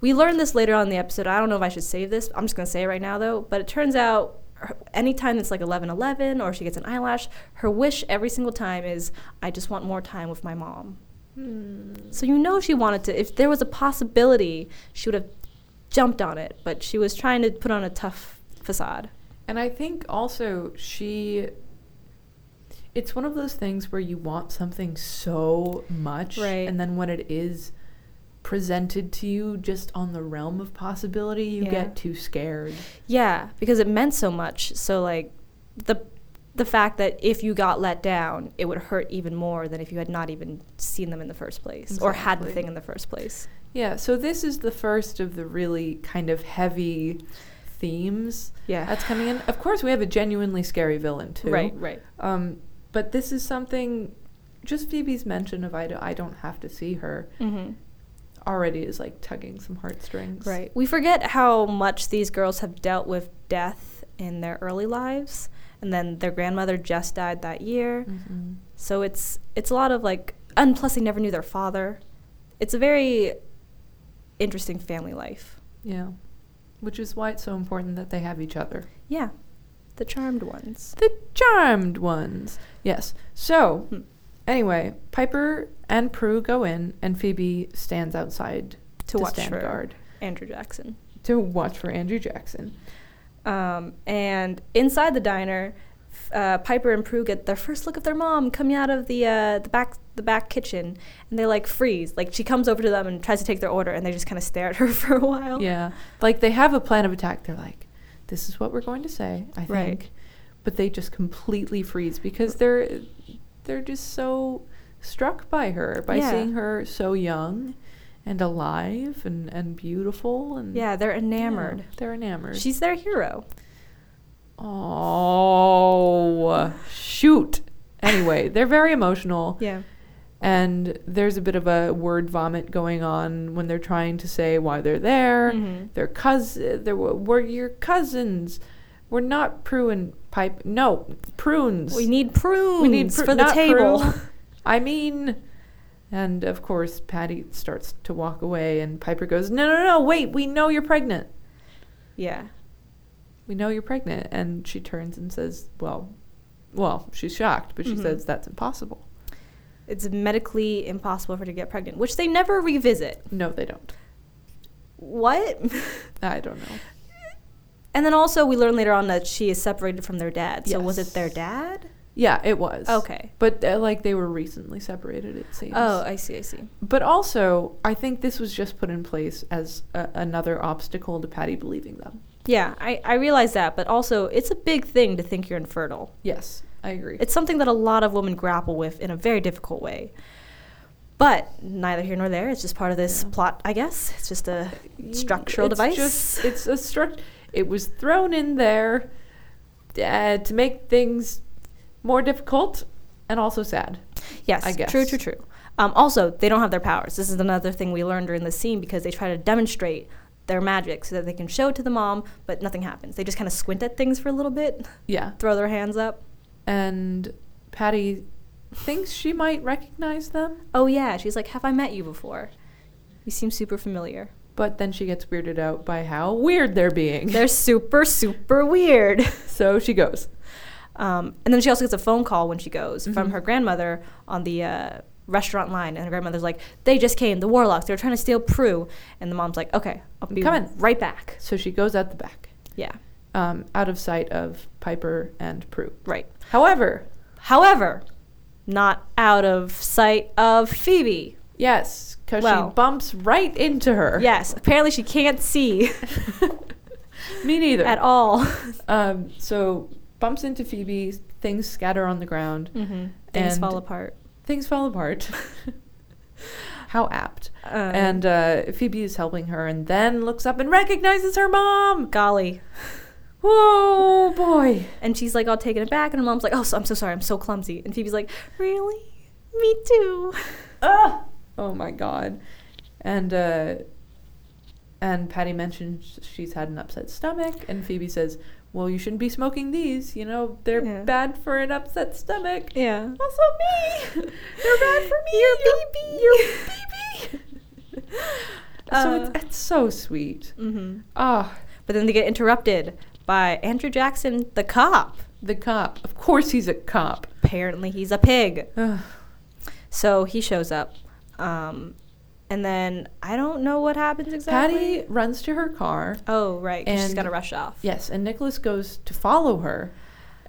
S2: we learned this later on in the episode. I don't know if I should save this. I'm just going to say it right now though, but it turns out her- anytime it's like 11:11 or she gets an eyelash, her wish every single time is I just want more time with my mom. So you know she wanted to if there was a possibility, she would have jumped on it, but she was trying to put on a tough facade.
S3: And I think also she it's one of those things where you want something so much
S2: Right.
S3: and then when it is presented to you just on the realm of possibility, you
S2: Yeah.
S3: get too scared.
S2: Yeah, because it meant so much. So like the the fact that if you got let down, it would hurt even more than if you had not even seen them in the first place or had the
S3: Exactly.
S2: thing in the first place.
S3: Yeah, so this is the first of the really kind of heavy themes
S2: Yeah.
S3: that's coming in. Of course, we have a genuinely scary villain too.
S2: Right, right.
S3: Um, but this is something just Phoebe's mention of I, do, I don't have to see her
S2: Mm-hmm.
S3: already is like tugging some heartstrings.
S2: Right. We forget how much these girls have dealt with death in their early lives and then their grandmother just died that year.
S3: Mhm.
S2: So it's it's a lot of like and plus they never knew their father. It's a very interesting family life.
S3: Yeah. Which is why it's so important that they have each other.
S2: Yeah. The charmed ones.
S3: The charmed ones. Yes. So,
S2: Hmm.
S3: anyway, Piper and Prue go in, and Phoebe stands outside
S2: To watch
S3: stand
S2: for-
S3: guard
S2: Andrew Jackson.
S3: to watch for Andrew Jackson.
S2: Um, and inside the diner, f- uh, Piper and Prue get their first look of their mom coming out of the uh, the back the back kitchen, and they like freeze. Like she comes over to them and tries to take their order, and they just kind of stare at her for a while.
S3: Yeah. Like they have a plan of attack. They're like, this is what we're going to say, I think.
S2: Right.
S3: But they just completely freeze because they're they're just so struck by her, by
S2: Yeah.
S3: seeing her so young and alive and, and beautiful and
S2: yeah, they're
S3: Yeah,
S2: enamored.
S3: they're enamored.
S2: She's their hero.
S3: Oh, shoot. Anyway, they're very emotional,
S2: Yeah,
S3: and there's a bit of a word vomit going on when they're trying to say why they're there.
S2: Mhm.
S3: They're cousin. They're, we're your cousins. We're not Prue and Pipe. No, prunes.
S2: we need prunes
S3: We need pru-
S2: for the
S3: not
S2: table.
S3: Prue. I mean, and of course, Patty starts to walk away, and Piper goes, "No, no, no! Wait, we know you're pregnant.
S2: yeah,
S3: we know you're pregnant. And she turns and says, well, well, she's shocked, but she says that's impossible.
S2: it's medically impossible for her to get pregnant, which they never revisit.
S3: No, they don't.
S2: What?
S3: I don't know.
S2: and then also we learn later on that she is separated from their dad. So was
S3: Yes.
S2: it their dad?
S3: Yeah, it was.
S2: Okay.
S3: But uh, like they were recently separated, it seems.
S2: Oh, I see. I see.
S3: But also, I think this was just put in place as a- another obstacle to Patty believing them.
S2: Yeah, I, I realize that, but also it's a big thing to think you're infertile.
S3: Yes, I agree.
S2: It's something that a lot of women grapple with in a very difficult way. But neither here nor there. It's just part of this
S3: Yeah.
S2: plot, I guess. It's just a
S3: Y-
S2: structural
S3: it's
S2: device.
S3: Just, it's a struct. It was thrown in there uh, to make things more difficult and also sad.
S2: yes,
S3: I guess.
S2: true, true, true. Um, also, they don't have their powers. This is another thing we learned during the scene because they try to demonstrate their magic so that they can show it to the mom, but nothing happens. They just kind of squint at things for a little bit,
S3: Yeah.
S2: throw their hands up.
S3: and Patty thinks she might recognize them,
S2: Oh, yeah. She's like, Have I met you before? You seem super familiar.
S3: but then she gets weirded out by how weird they're being.
S2: They're super, super weird.
S3: so she goes.
S2: Um, and then she also gets a phone call when she goes from her grandmother on the uh, restaurant line, and her grandmother's like, "They just came, the warlocks. They were trying to steal Prue." And the mom's like, "Okay, I'll be
S3: coming."
S2: right back."
S3: So she goes out the back,
S2: Yeah,
S3: um, out of sight of Piper and Prue.
S2: right.
S3: However,
S2: However, not out of sight of Phoebe.
S3: yes, because
S2: Well.
S3: she bumps right into her.
S2: Yes, apparently she can't see
S3: Me neither.
S2: at all.
S3: Um, so bumps into Phoebe. Things scatter on the ground.
S2: Mm-hmm. Things
S3: Mm-hmm. And
S2: fall apart.
S3: Things fall apart. How apt.
S2: Um,
S3: and uh, Phoebe is helping her, and then looks up and recognizes her mom.
S2: golly,
S3: Whoa, boy.
S2: And she's like all taken aback, and her mom's like, "Oh, so, I'm so sorry, I'm so clumsy." And Phoebe's like, "Really? Me too."
S3: Ah! Oh my god. And uh and Patty mentions she's had an upset stomach and Phoebe says, "Well, you shouldn't be smoking these, you know, they're
S2: Yeah.
S3: bad for an upset stomach."
S2: Yeah.
S3: Also me. they're bad for me.
S2: Your
S3: baby. Your baby. so
S2: Uh,
S3: it's, it's so sweet.
S2: Mm-hmm.
S3: Ah,
S2: But then they get interrupted by Andrew Jackson, the cop.
S3: the cop. Of course he's a cop.
S2: Apparently, he's a pig.
S3: Ugh.
S2: So he shows up, um, and then I don't know what happens exactly.
S3: Patty runs to her car.
S2: Oh, right. 'cause she's
S3: And-
S2: got to rush off.
S3: Yes, and Nicholas goes to follow her.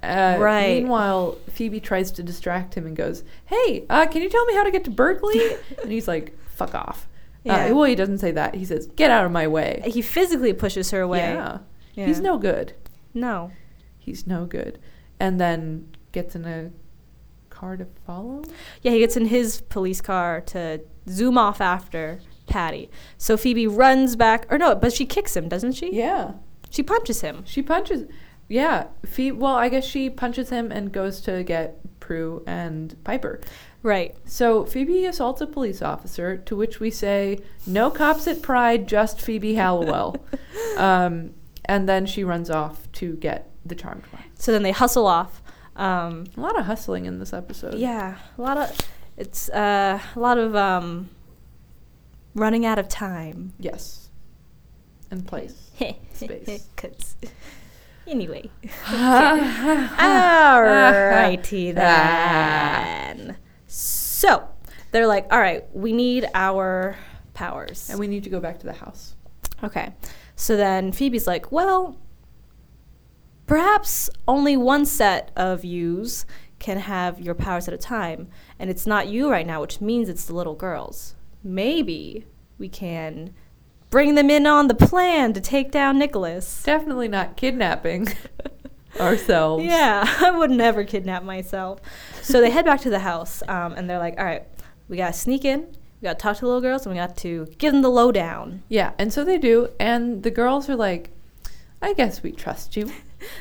S3: Uh,
S2: Right.
S3: Meanwhile, Phoebe tries to distract him and goes, "Hey, uh, can you tell me how to get to Berkeley?" and he's like, "Fuck off."
S2: Yeah.
S3: Uh, well, he doesn't say that. He says, "Get out of my way."
S2: He physically pushes her away.
S3: Yeah.
S2: Yeah.
S3: He's no good.
S2: No.
S3: He's no good. And then gets in a car to follow.
S2: Yeah, he gets in his police car to zoom off after Patty. So Phoebe runs back, or no, but she kicks him, doesn't she?
S3: Yeah.
S2: She punches him.
S3: She punches. Yeah. Phoebe. Well, I guess she punches him and goes to get Prue and Piper.
S2: Right.
S3: So Phoebe assaults a police officer, to which we say, "No cops at Pride, just Phoebe Hallowell." um, and then she runs off to get the charmed one.
S2: So then they hustle off. Um,
S3: A lot of hustling in this episode.
S2: yeah, a lot of it's uh, a lot of um, running out of time.
S3: Yes. And place. Space.
S2: 'Cause- anyway.
S3: Alrighty
S2: Alrighty then. So they're like, all right, we need our powers.
S3: And we need to go back to the house.
S2: Okay. So then Phoebe's like, well, perhaps only one set of yous can have your powers at a time, and it's not you right now, which means it's the little girls. Maybe we can bring them in on the plan to take down Nicholas.
S3: Definitely not kidnapping ourselves.
S2: Yeah, I would never kidnap myself. So they head back to the house, um, and they're like, all right, we gotta sneak in, we gotta talk to the little girls, and we got to give them the lowdown.
S3: Yeah. And so they do. And the girls are like, "I guess we trust you."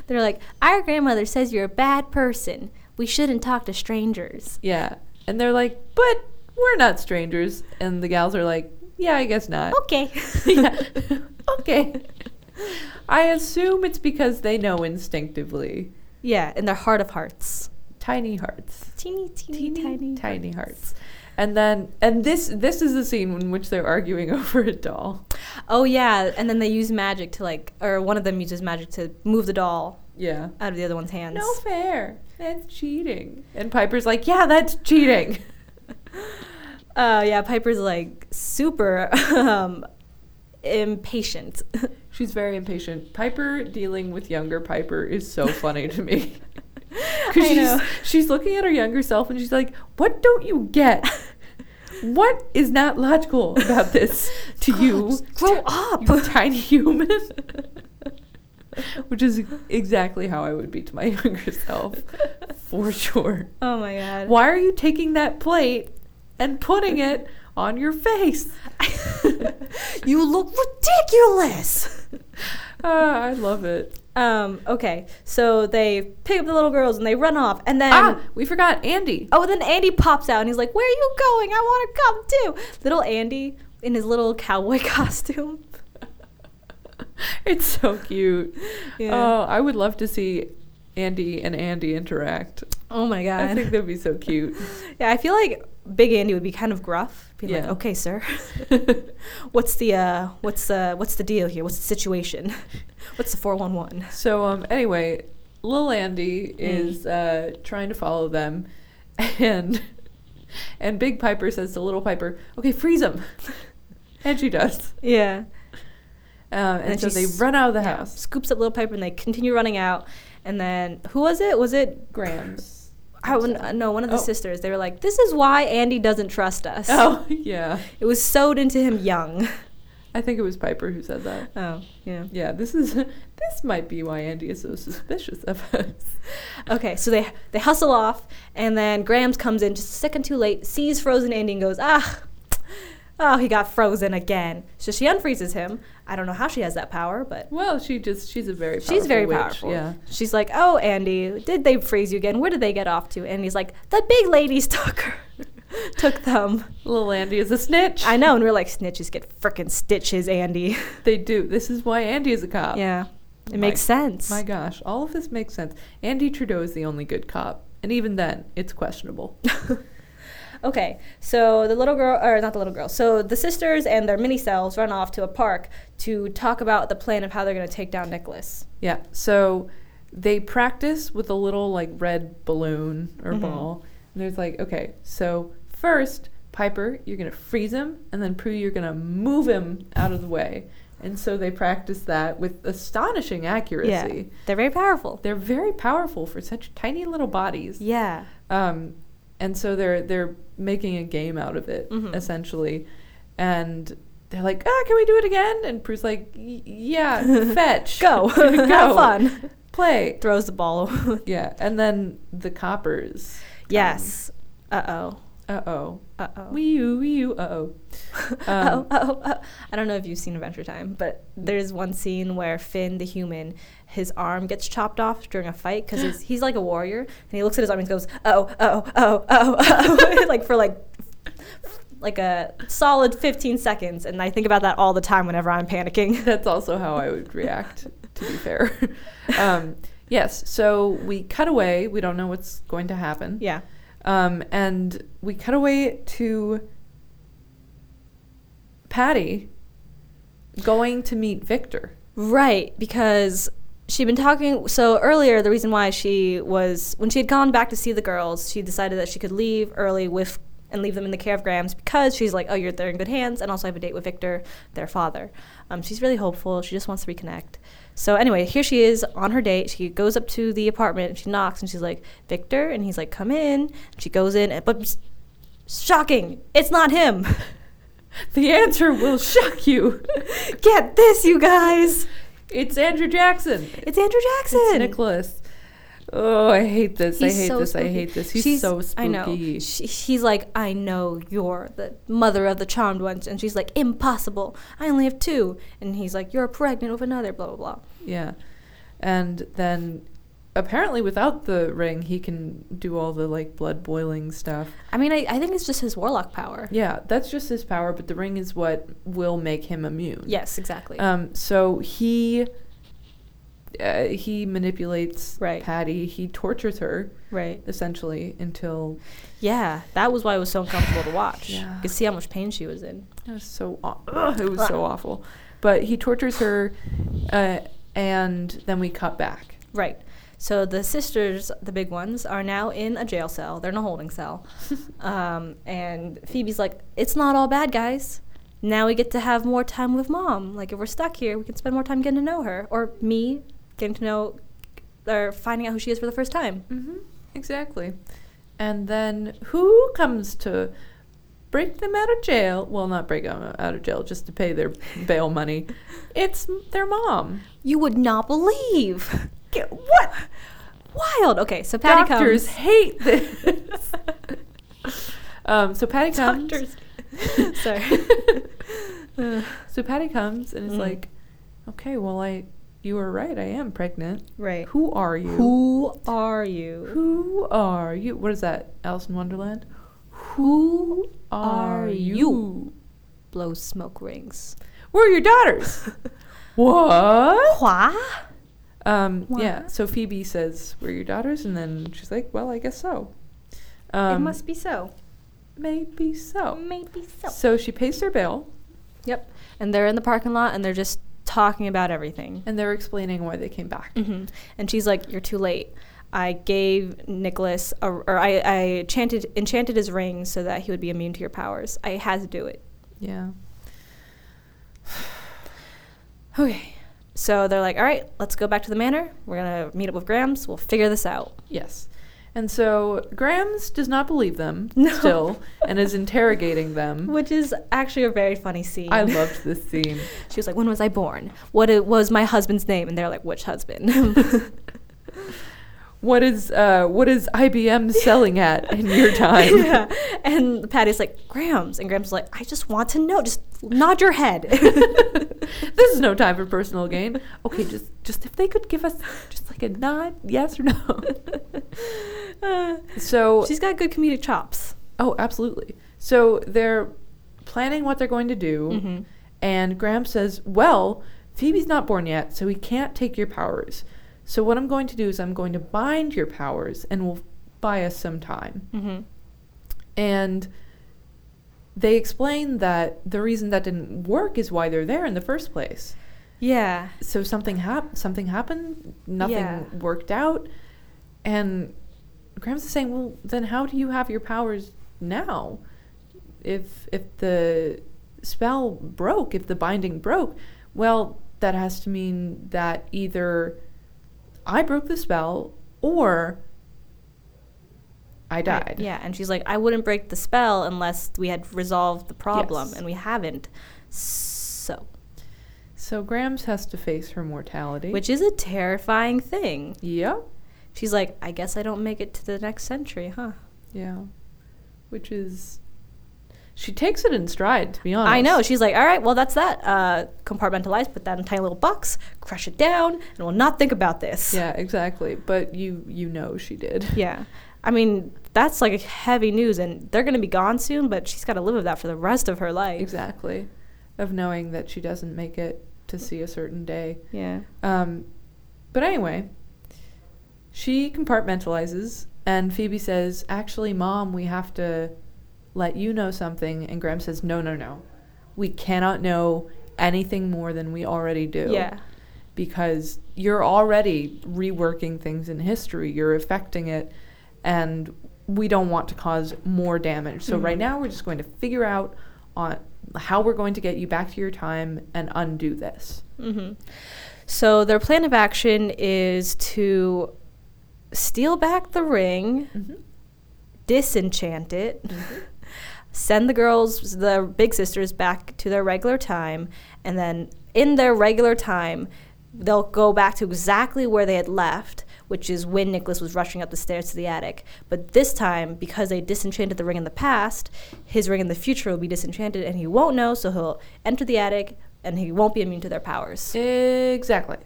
S2: They're like, our grandmother says you're a bad person. We shouldn't talk to strangers.
S3: Yeah. And they're like, but we're not strangers. And the gals are like, yeah, I guess not.
S2: Okay.
S3: Yeah. okay. I assume it's because they know instinctively.
S2: yeah, in their heart of hearts.
S3: Tiny hearts.
S2: Teeny, teeny, tiny.
S3: Tiny hearts. And then and this this is the scene in which they're arguing over a doll.
S2: Oh, yeah, and then they use magic to, like, or one of them uses magic to move the doll
S3: Yeah.
S2: out of the other one's hands.
S3: No fair. That's cheating. And Piper's like, yeah, that's cheating.
S2: Uh, yeah, Piper's, like, super um, impatient.
S3: She's very impatient. Piper dealing with younger Piper is so funny to me. Because
S2: I
S3: she's,
S2: know.
S3: she's looking at her younger self and she's like, What don't you get? what is not logical about this to you,
S2: Grow up!
S3: you tiny human? Which is exactly how I would be to my younger self, for sure.
S2: Oh, my God.
S3: Why are you taking that plate and putting it on your face?
S2: you look ridiculous!
S3: Ah, I love it.
S2: Um, okay, so they pick up the little girls and they run off, and then
S3: Ah, we forgot Andy.
S2: oh, and then Andy pops out and he's like, "Where are you going? I want to come too." Little Andy in his little cowboy costume.
S3: it's so cute.
S2: Yeah.
S3: Oh, I would love to see Andy and Andy interact.
S2: Oh my
S3: I
S2: god!
S3: think that'd be so cute.
S2: yeah, I feel like Big Andy would be kind of gruff, being like,
S3: Yeah.
S2: "Okay, sir, what's the uh, what's the what's the deal here? What's the situation? what's the four one one?"
S3: so, um, anyway, Lil Andy is
S2: Mm.
S3: uh, trying to follow them, and and Big Piper says to Little Piper, "Okay, freeze him," and she does.
S2: Yeah.
S3: Um, and,
S2: And
S3: so they
S2: she's-
S3: run out of the
S2: yeah,
S3: house.
S2: Scoops up little Piper and they continue running out. And then who was it? Was it
S3: Grams.
S2: I would, no, one of the
S3: Oh.
S2: sisters. They were like, "This is why Andy doesn't trust us."
S3: Oh yeah,
S2: It was sewed into him young.
S3: I think it was Piper who said that.
S2: Oh, yeah.
S3: Yeah, this is this might be why Andy is so suspicious of us.
S2: Okay, so they they hustle off, and then Grams comes in just a second too late, sees frozen Andy, and goes, "Ah, Oh, he got frozen again. So she unfreezes him. I don't know how she has that power, but
S3: Well, she just she's a very powerful
S2: she's very
S3: witch,
S2: powerful.
S3: Yeah.
S2: She's like, "Oh, Andy, did they freeze you again? Where did they get off to?" And he's like, "The big ladies took her, took them."
S3: Little Andy is a snitch.
S2: I know, and we're like, "Snitches get frickin' stitches, Andy."
S3: They do. This is why Andy is a cop.
S2: yeah, it
S3: My-
S2: makes sense.
S3: My gosh, all of this makes sense. Andy Trudeau is the only good cop, and even then, it's questionable.
S2: Okay, so the little girl, or not the little girl, so the sisters and their mini selves run off to a park to talk about the plan of how they're going to take down Nicholas.
S3: yeah. So they practice with a little like red balloon or ball. And there's like, okay, so first, Piper, you're gonna freeze him, and then Prue, you're gonna move him out of the way. And so they practice that with astonishing accuracy.
S2: they're very powerful.
S3: They're very powerful for such tiny little bodies.
S2: Yeah,
S3: um, and so they're they're making a game out of it
S2: Mm-hmm.
S3: essentially, and they're like, ah, can we do it again? And Prue's like, "Y- yeah, fetch,
S2: go, have fun.
S3: play,
S2: Throws the ball.
S3: yeah. And then the coppers,
S2: yes. Uh oh.
S3: uh oh,
S2: Uh oh.
S3: wee oo wee oo, uh oh. Um,
S2: oh, oh, oh. I don't know if you've seen Adventure Time, but there's one scene where Finn, the human, his arm gets chopped off during a fight because he's, he's like a warrior, and he looks at his arm and goes, oh, oh, oh, oh, oh, like for like like a solid 15 seconds. And I think about that all the time whenever I'm panicking.
S3: That's also how I would react, to be fair. um, yes, so we cut away. We don't know what's going to happen.
S2: yeah.
S3: Um, and we cut away to Patty going to meet Victor.
S2: Right, because she'd been talking. So earlier, the reason why she was when she had gone back to see the girls, she decided that she could leave early with and leave them in the care of Grams because she's like, oh, you're they're in good hands, and also I have a date with Victor, their father. Um, she's really hopeful. She just wants to reconnect. So anyway, here she is on her date. She goes up to the apartment. She knocks, and she's like, Victor, and he's like, come in. She goes in, and, but shocking, it's not him.
S3: The answer will shock you.
S2: Get this, you guys.
S3: It's Andrew Jackson.
S2: It's Andrew Jackson.
S3: It's Nicholas. Oh, I hate this. I
S2: He's
S3: hate
S2: so
S3: this. I
S2: spooky.
S3: hate this. He's
S2: She's-
S3: so spooky.
S2: I know. She, he's like, I know you're the mother of the charmed ones, and she's like, impossible. I only have two, and he's like, you're pregnant with another. Blah blah blah.
S3: Yeah. And then apparently without the ring, he can do all the like blood boiling stuff.
S2: I mean, I, I think it's just his warlock power.
S3: Yeah, that's just his power, but the ring is what will make him immune.
S2: Yes, exactly.
S3: Um, so he uh, he manipulates
S2: Right.
S3: Patty. He tortures her
S2: right.
S3: essentially until
S2: Yeah, that was why it was so uncomfortable to watch.
S3: Yeah.
S2: You could see how much pain she was in.
S3: it was so aw- ugh, it was so awful. But he tortures her, uh, and then we cut back.
S2: Right. So the sisters, the big ones, are now in a jail cell. They're in a holding cell. um, and Phoebe's like, it's not all bad, guys. Now we get to have more time with mom. Like, if we're stuck here, we can spend more time getting to know her. Or me getting to know or finding out who she is for the first time.
S3: Mm-hmm. Exactly. And then who comes to break them out of jail? Well, not break them out of jail, just to pay their bail money. It's their mom.
S2: You would not believe. Get- what? Wild. Okay, so Patty
S3: Doctors
S2: comes.
S3: hate this. um, so Patty comes.
S2: Doctors. Sorry. Uh,
S3: So Patty comes and is
S2: Mhm.
S3: like, "Okay, well, I, you were right. I am pregnant.
S2: right.
S3: Who are you?
S2: Who are you?
S3: Who are you? What is that? Alice in Wonderland. Who are,
S2: are
S3: you?
S2: you? Blow smoke rings.
S3: We're your daughters. what?
S2: Qua?
S3: Um, yeah.
S2: What?
S3: So Phoebe says, "We're your daughters," and then she's like, "Well, I guess so. Um,
S2: it must be so.
S3: maybe so."
S2: Maybe
S3: So she pays their bail,
S2: Yep. And they're in the parking lot and they're just talking about everything.
S3: and they're explaining why they came back.
S2: hmm And she's like, You're too late. I gave Nicholas, a, or I, I chanted, enchanted his ring so that he would be immune to your powers. I had to do it.
S3: Yeah.
S2: Okay. So they're like, All right, let's go back to the manor. We're going to meet up with Grams. We'll figure this out.
S3: Yes. And so Grams does not believe them
S2: No.
S3: still and is interrogating them.
S2: Which is actually a very funny scene.
S3: I loved this scene.
S2: She was like, "When was I born? What it was my husband's name?" And they're like, "Which husband?"
S3: what is uh, what is IBM selling at in your time?
S2: Yeah. And Patty's like, Grams. And Grams like, I just want to know. Just nod your head.
S3: This is no time for personal gain. Okay, just just if they could give us just like a nod, yes or no.
S2: Uh,
S3: so
S2: she's got good comedic chops.
S3: Oh, absolutely. So they're planning what they're going to do, and Graham says, Well, Phoebe's not born yet, so we can't take your powers. So what I'm going to do is I'm going to bind your powers, and we'll buy us some time. And they explain that the reason that didn't work is why they're there in the first place.
S2: Yeah.
S3: So something hap- something happened, nothing
S2: Yeah.
S3: worked out, and Graham's is saying, "Well, then how do you have your powers now? If if the spell broke, if the binding broke, well, that has to mean that either I broke the spell or I died."
S2: Right, Yeah, and she's like, I wouldn't break the spell unless we had resolved the problem,
S3: Yes.
S2: and we haven't. So,
S3: So Graham's has to face her mortality.
S2: which is a terrifying thing.
S3: yep,
S2: She's like, I guess I don't make it to the next century, huh?
S3: yeah, which is. She takes it in stride, to be honest.
S2: I know. She's like, all right, well, that's that. Uh, compartmentalize, put that in a tiny little box, crush it down, and we'll not think about this.
S3: Yeah, exactly. But you you know she did.
S2: Yeah. I mean, that's like heavy news, and they're going to be gone soon, but she's got to live with that for the rest of her life.
S3: Exactly. Of knowing that she doesn't make it to see a certain day.
S2: Yeah.
S3: Um but anyway, she compartmentalizes and Phoebe says, "Actually, mom, we have to let you know something." And Graham says, "No, no, no. We cannot know anything more than we already do."
S2: Yeah.
S3: because you're already reworking things in history, you're affecting it, and we don't want to cause more damage. So right now we're just going to figure out on how we're going to get you back to your time and undo this.
S2: So their plan of action is to steal back the ring, disenchant it, send the girls, the big sisters, back to their regular time, and then in their regular time, they'll go back to exactly where they had left. Which is when Nicholas was rushing up the stairs to the attic. But this time, because they disenchanted the ring in the past, his ring in the future will be disenchanted and he won't know, so he'll enter the attic and he won't be immune to their powers.
S3: Exactly.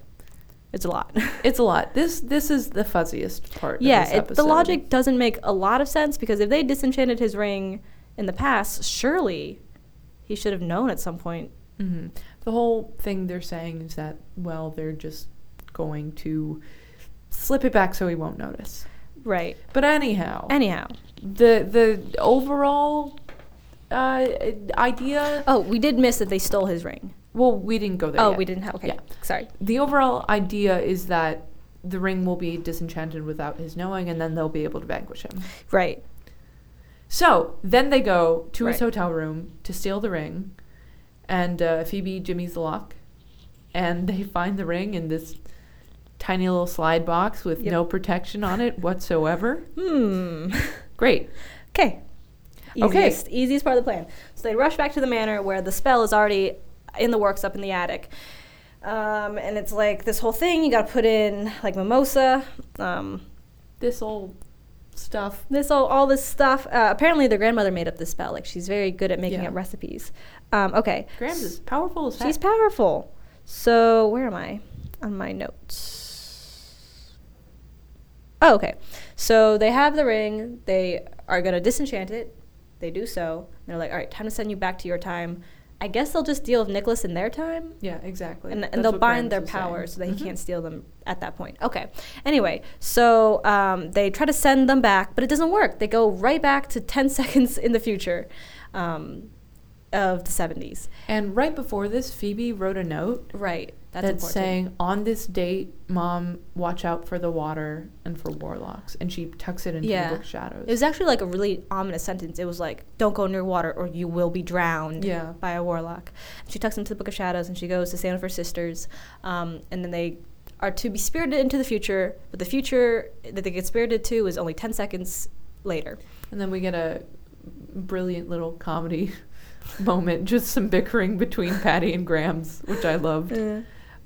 S2: It's a lot.
S3: It's a lot. This this is the fuzziest part. of
S2: yeah,
S3: this
S2: it, the
S3: episode.
S2: logic doesn't make a lot of sense because if they disenchanted his ring in the past, surely he should have known at some point.
S3: hmm The whole thing they're saying is that well, they're just going to slip it back so he won't notice.
S2: Right.
S3: But anyhow,
S2: Anyhow.
S3: the the overall uh, idea.
S2: Oh, we did miss that they stole his ring.
S3: Well, we didn't go there.
S2: Oh,
S3: yet.
S2: we didn't have. Okay.
S3: Yeah.
S2: Sorry.
S3: The overall idea is that the ring will be disenchanted without his knowing, and then they'll be able to vanquish him.
S2: Right.
S3: So then they go to his
S2: Right.
S3: hotel room to steal the ring, and uh, Phoebe jimmies the lock, and they find the ring in this tiny little slide box with
S2: Yep.
S3: no protection on it whatsoever.
S2: Hmm.
S3: Great.
S2: Okay.
S3: Okay.
S2: Easiest, easiest part of the plan. So they rush back to the manor where the spell is already in the works up in the attic. Um, and it's like this whole thing you got to put in like mimosa, um,
S3: This old stuff.
S2: this all, all this stuff. Uh, apparently, their grandmother made up this spell. Like she's very good at making
S3: Yeah.
S2: up recipes. Um, okay,
S3: Grams is powerful as
S2: she's
S3: heck.
S2: powerful. So where am I on my notes? Oh, okay. So they have the ring. They are gonna disenchant it. They do so. They're like, all right, time to send you back to your time. I guess they'll just deal with Nicholas in their time
S3: Yeah, exactly.
S2: and,
S3: That's
S2: and they'll
S3: what
S2: bind their
S3: Grams is saying. Mm-hmm.
S2: power so that he can't steal them at that point. Okay. Anyway, so um, they try to send them back, but it doesn't work. They go right back to 10 seconds in the future um, of the 70s.
S3: And right before this, Phoebe wrote a note
S2: Right. That's,
S3: that's,
S2: important.
S3: saying, "On this date, Mom, watch out for the water and for warlocks." And she tucks it into
S2: Yeah.
S3: the book shadows.
S2: It was actually like a really ominous sentence. It was like, "Don't go near water, or you will be drowned."
S3: Yeah.
S2: By a warlock. She tucks into the Book of Shadows, and she goes to stand with her sisters, um, and then they are to be spirited into the future. But the future that they get spirited to is only ten seconds later.
S3: and then we get a brilliant little comedy moment, just some bickering between Patty and Grams, which I loved.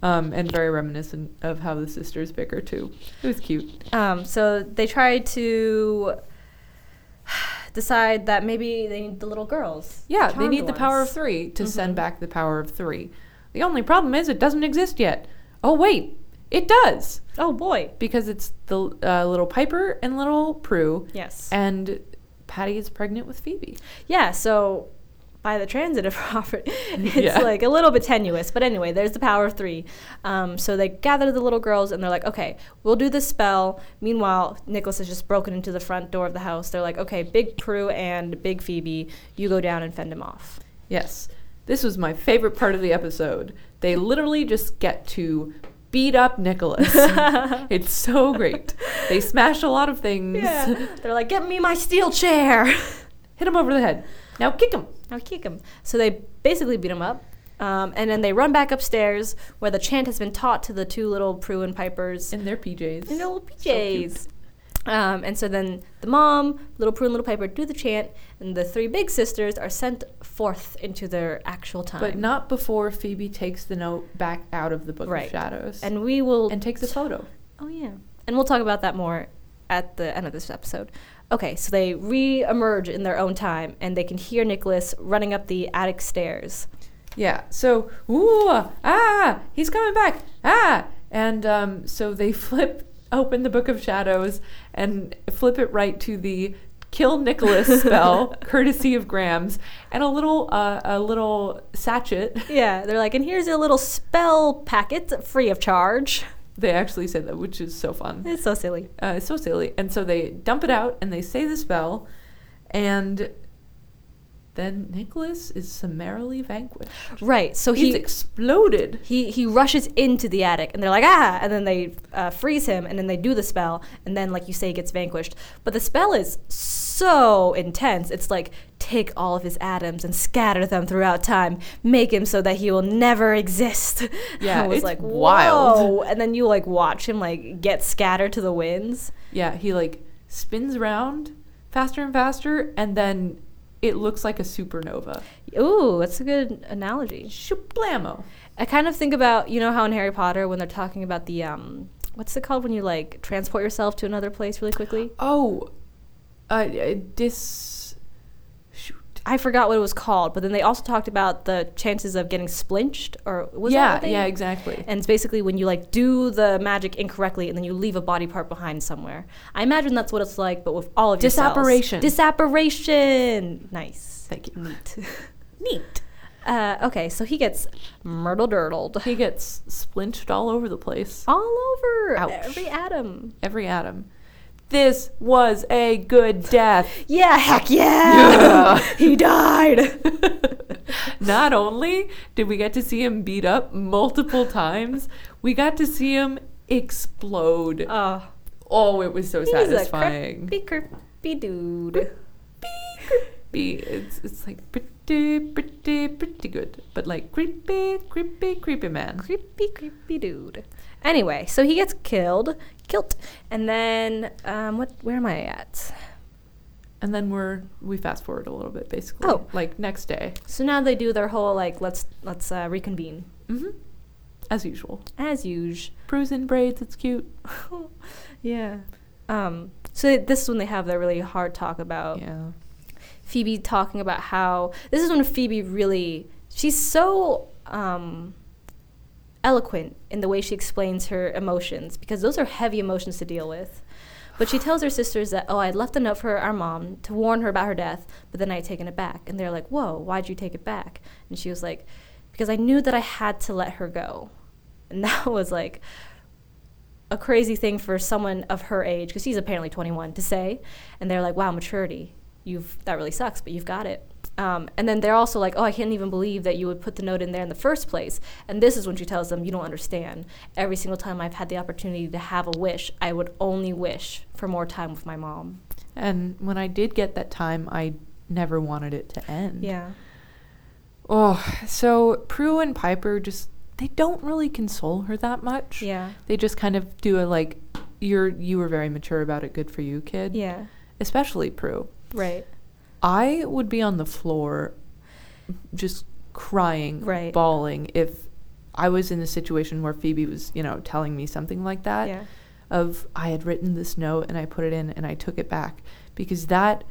S3: um, and very reminiscent of how the sisters bicker too. It was cute.
S2: Um, so they try to decide that maybe they need the little girls.
S3: Yeah, they need
S2: charmed
S3: the power of
S2: ones. Mm-hmm.
S3: three to send back the power of three. The only problem is it doesn't exist yet. Oh wait, it does
S2: Oh boy.
S3: because it's the uh, little Piper and little Prue,
S2: Yes.
S3: and Patty is pregnant with Phoebe.
S2: yeah. So by the transitive property, it's
S3: Yeah.
S2: like a little bit tenuous. But anyway, there's the power of three. Um, so they gather the little girls and they're like, okay, we'll do this spell. Meanwhile, Nicholas has just broken into the front door of the house. They're like, okay, Big Prue and Big Phoebe, you go down and fend him off.
S3: Yes. This was my favorite part of the episode. They literally just get to beat up Nicholas. it's so great. They smash a lot of things.
S2: they're like, get me my steel chair.
S3: Hit him over the head. Now kick him.
S2: Now kick him. So they basically beat him up. Um, and then they run back upstairs where the chant has been taught to the two little Prue and Pipers
S3: In their PJs.
S2: in their little PJs. um, and so then the mom, little Prue and little Piper do the chant, and the three big sisters are sent forth into their actual time.
S3: But not before Phoebe takes the note back out of the Book
S2: Right.
S3: of Shadows and,
S2: and we will.
S3: takes a photo.
S2: oh, yeah. And we'll talk about that more at the end of this episode. Okay, so they re emerge in their own time, and they can hear Nicholas running up the attic stairs.
S3: Yeah. So, ooh, ah, he's coming back. Ah. And um, so they flip open the Book of Shadows and flip it right to the kill Nicholas spell, courtesy of Grams, and a little uh, a little sachet.
S2: Yeah, they're like, and here's a little spell packet free of charge.
S3: They actually said that, which is so fun.
S2: It's so silly.
S3: Uh, it's so silly. And so they dump it out and they say the spell, and then Nicholas is summarily vanquished.
S2: Right. So
S3: He's
S2: he
S3: exploded.
S2: he he rushes into the attic, and they're like, ah, and then they uh, freeze him, and then they do the spell, and then, like you say, he gets vanquished. But the spell is so intense. It's like take all of his atoms and scatter them throughout time, make him so that he will never exist.
S3: Yeah,
S2: I was
S3: it's
S2: like,
S3: wild.
S2: Whoa. And then you like watch him like get scattered to the winds.
S3: Yeah, he like spins around faster and faster, and then it looks like a supernova.
S2: Ooh, that's a good analogy.
S3: Shablamo.
S2: I kind of think about you know how in Harry Potter when they're talking about the um what's it called when you like transport yourself to another place really quickly?
S3: Oh, uh, uh, dis. Shoot.
S2: I forgot what it was called, but then they also talked about the chances of getting splinched or was that
S3: yeah,
S2: what they-
S3: yeah, exactly.
S2: And it's basically when you like do the magic incorrectly and then you leave a body part behind somewhere. I imagine that's what it's like, but with all of your cells.
S3: Disapparation.
S2: Disapparation. Nice.
S3: Thank you.
S2: Neat.
S3: Neat.
S2: Uh, okay, so he gets myrtle dirtled
S3: He gets splinched all over the place.
S2: all over
S3: Ouch.
S2: every atom.
S3: Every atom. This was a good death.
S2: Yeah, heck yeah! he died.
S3: Not only did we get to see him beat up multiple times, we got to see him explode.
S2: Oh,
S3: oh, it was so
S2: he's a
S3: satisfying.
S2: creepy, creepy dude.
S3: be it's it's like pretty pretty pretty good but like creepy creepy creepy man
S2: Creepy, creepy dude. Anyway, so he gets killed, killed, and then um, what? Where am I at?
S3: and then we're we fast forward a little bit basically
S2: Oh.
S3: like next day
S2: So now they do their whole like let's let's uh, reconvene
S3: hmm as usual
S2: as usual.
S3: Prue's in braids it's cute
S2: yeah. Um. So this is when they have their really hard talk about
S3: yeah
S2: Phoebe talking about how this is when Phoebe really she's so um, eloquent in the way she explains her emotions because those are heavy emotions to deal with. But she tells her sisters that oh I left a note for our mom to warn her about her death, but then I had taken it back, and they're like whoa why'd you take it back? And she was like because I knew that I had to let her go, and that was like a crazy thing for someone of her age because she's apparently 21 to say and they're like wow maturity you've that really sucks but you've got it um, and then they're also like oh i can't even believe that you would put the note in there in the first place and this is when she tells them you don't understand every single time i've had the opportunity to have a wish i would only wish for more time with my mom
S3: and when i did get that time i never wanted it to end
S2: yeah
S3: oh so prue and piper just they don't really console her that much
S2: yeah
S3: they just kind of do a like you're you were very mature about it good for you kid
S2: yeah
S3: especially prue
S2: right
S3: I would be on the floor just crying,
S2: Right.
S3: bawling if I was in a situation where Phoebe was, you know, telling me something like that
S2: Yeah.
S3: of I had written this note and I put it in and I took it back because that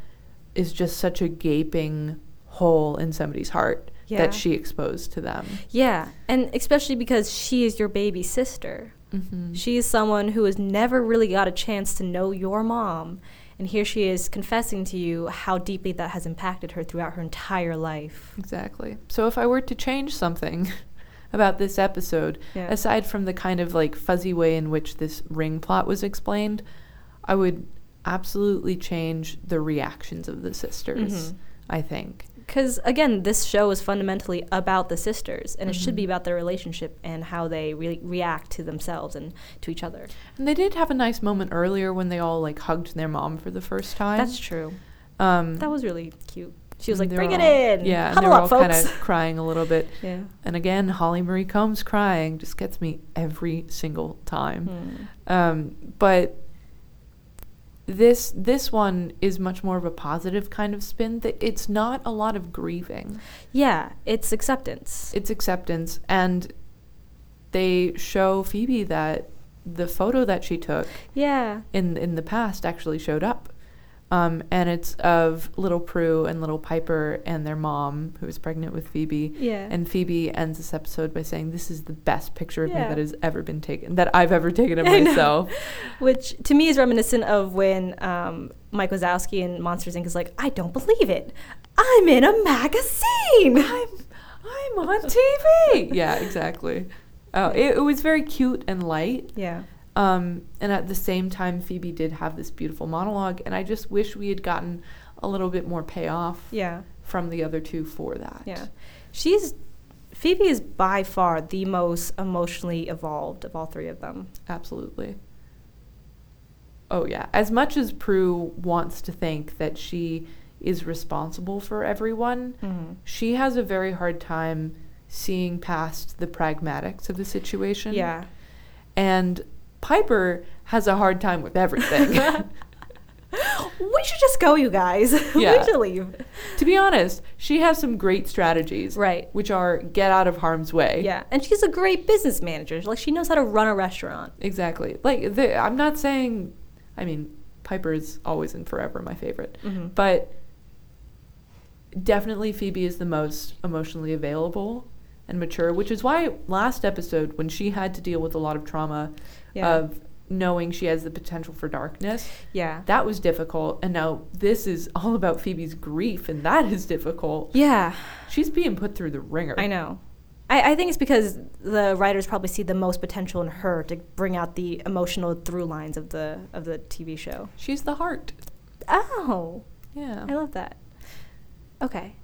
S3: is just such a gaping hole in somebody's heart
S2: Yeah.
S3: that she exposed to them.
S2: Yeah, and especially because she is your baby sister.
S3: Mm-hmm.
S2: She is someone who has never really got a chance to know your mom, and here she is confessing to you how deeply that has impacted her throughout her entire life.
S3: Exactly. So if I were to change something about this episode,
S2: Yeah.
S3: aside from the kind of like fuzzy way in which this ring plot was explained, I would absolutely change the reactions of the sisters,
S2: Mm-hmm.
S3: I think.
S2: Because again, this show is fundamentally about the sisters, and it should
S3: Mm-hmm.
S2: be about their relationship and how they re- react to themselves and to each other.
S3: And they did have a nice moment earlier when they all like hugged their mom for the first time.
S2: That's true.
S3: um
S2: That was really cute. She was like,
S3: They're
S2: "Bring it
S3: all-
S2: in,
S3: Yeah, and
S2: huddle
S3: they're all
S2: up,
S3: kind
S2: folks."
S3: of crying a little bit.
S2: yeah.
S3: And again, Holly Marie Combs crying just gets me every single time. Um, but this this one is much more of a positive kind of spin. That it's not a lot of grieving.
S2: Yeah, it's acceptance.
S3: It's acceptance, and they show Phoebe that the photo that she took
S2: Yeah.
S3: in in the past actually showed up. Um, and it's of little Prue and little Piper and their mom, who is pregnant with Phoebe.
S2: Yeah.
S3: And Phoebe ends this episode by saying, "This is the best picture of me
S2: Yeah.
S3: that has ever been taken, that I've ever taken of
S2: I know.
S3: myself."
S2: Which to me is reminiscent of when um, Mike Wazowski in Monsters Inc. is like, I don't believe it. I'm in a magazine. I'm,
S3: I'm on TV. yeah, exactly. Oh, it, it was very cute and light.
S2: yeah.
S3: Um, and at the same time, Phoebe did have this beautiful monologue, and I just wish we had gotten a little bit more payoff
S2: Yeah.
S3: from the other two for that.
S2: Yeah. She's Phoebe is by far the most emotionally evolved of all three of them.
S3: Absolutely. Oh, yeah. As much as Prue wants to think that she is responsible for everyone,
S2: Mm-hmm.
S3: she has a very hard time seeing past the pragmatics of the situation.
S2: Yeah.
S3: And Piper has a hard time with everything.
S2: We should just go, you guys. we
S3: Yeah.
S2: should leave.
S3: to be honest, she has some great strategies,
S2: Right.
S3: Which are get out of harm's way.
S2: Yeah. And she's a great business manager. Like she knows how to run a restaurant.
S3: Exactly. Like the, I'm not saying. I mean, Piper is always and forever my favorite,
S2: Mm-hmm.
S3: but definitely Phoebe is the most emotionally available and mature, which is why last episode when she had to deal with a lot of trauma
S2: Yeah.
S3: of knowing she has the potential for darkness,
S2: Yeah.
S3: that was difficult. And now this is all about Phoebe's grief, and that is difficult.
S2: Yeah.
S3: She's being put through the ringer.
S2: I know. I, I think it's because the writers probably see the most potential in her to bring out the emotional through lines of the of the TV show.
S3: She's the heart.
S2: Oh,
S3: Yeah.
S2: I love that. Okay,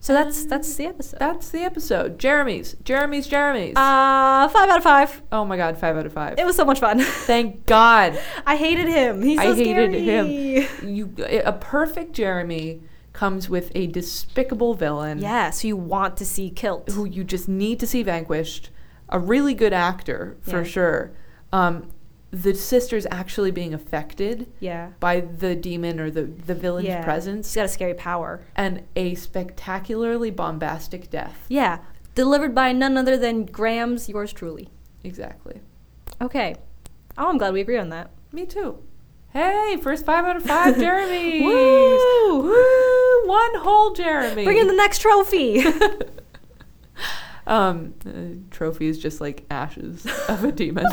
S2: so that's that's
S3: Um,
S2: the episode.
S3: That's the episode. Jeremy's. Jeremy's. Jeremy's.
S2: Uh, five out of five.
S3: Oh my god, five out of five.
S2: It was so much fun.
S3: Thank God.
S2: I hated him. He's so
S3: I hated
S2: scary.
S3: him. You a perfect Jeremy comes with a despicable villain
S2: Yeah, so you want to see Kilt?
S3: who you just need to see vanquished. A really good actor for
S2: Yeah.
S3: sure. Um, the sisters actually being affected
S2: Yeah,
S3: by the demon or the, the villain's
S2: yeah. He's
S3: presence
S2: got a scary power.
S3: and a spectacularly bombastic death.
S2: Yeah, delivered by none other than Graham's yours truly.
S3: Exactly.
S2: Okay. Oh, I'm glad we agree on that.
S3: Me too. Hey, first five out of five Jeremy's.
S2: Woo!
S3: Woo! One whole Jeremy.
S2: Bring in the next trophy.
S3: Um, uh, trophy is just like ashes of a demon.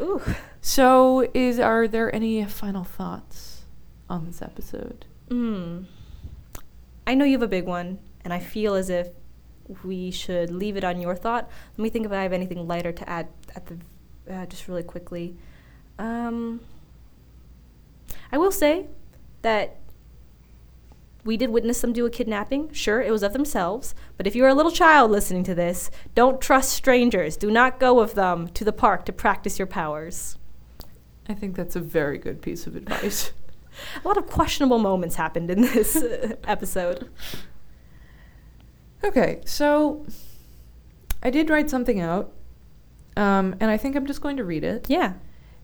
S2: Ooh.
S3: so, is are there any final thoughts on this episode?
S2: Mm. I know you have a big one, and I feel as if we should leave it on your thought. Let me think if I have anything lighter to add at the uh, just really quickly. Um, I will say that we did witness them do a kidnapping. Sure, it was of themselves, but if you're a little child listening to this, don't trust strangers. Do not go with them to the park to practice your powers.
S3: I think that's a very good piece of advice.
S2: A lot of questionable moments happened in this uh, episode.
S3: okay, so I did write something out, um, and I think I'm just going to read it.
S2: Yeah.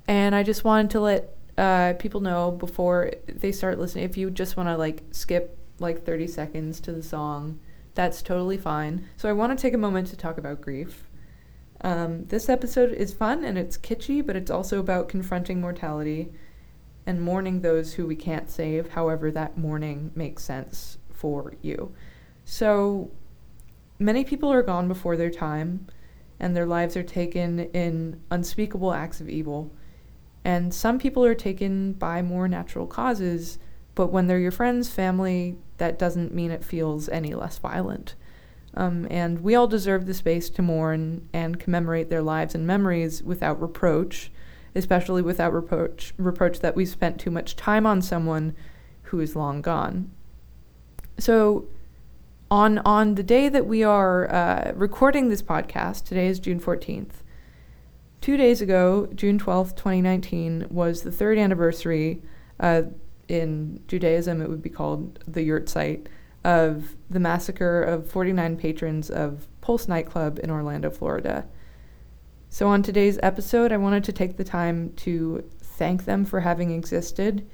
S3: and I just wanted to let uh, people know before they start listening. If you just want to like skip like 30 seconds to the song, That's totally fine. So I want to take a moment to talk about grief. Um, this episode is fun and it's kitschy, but it's also about confronting mortality and mourning those who we can't save, however, that mourning makes sense for you. So many people are gone before their time, and their lives are taken in unspeakable acts of evil. And some people are taken by more natural causes, but when they're your friends, family, that doesn't mean it feels any less violent. Um, and we all deserve the space to mourn and commemorate their lives and memories without reproach, especially without reproach, reproach that we spent too much time on someone who is long gone. So, on on the day that we are uh, recording this podcast, today is June fourteenth. Two days ago, June twelfth, twenty nineteen, was the third anniversary. Uh, in Judaism, it would be called the yurt site of the massacre of 49 patrons of Pulse nightclub in Orlando, Florida. So, on today's episode, I wanted to take the time to thank them for having existed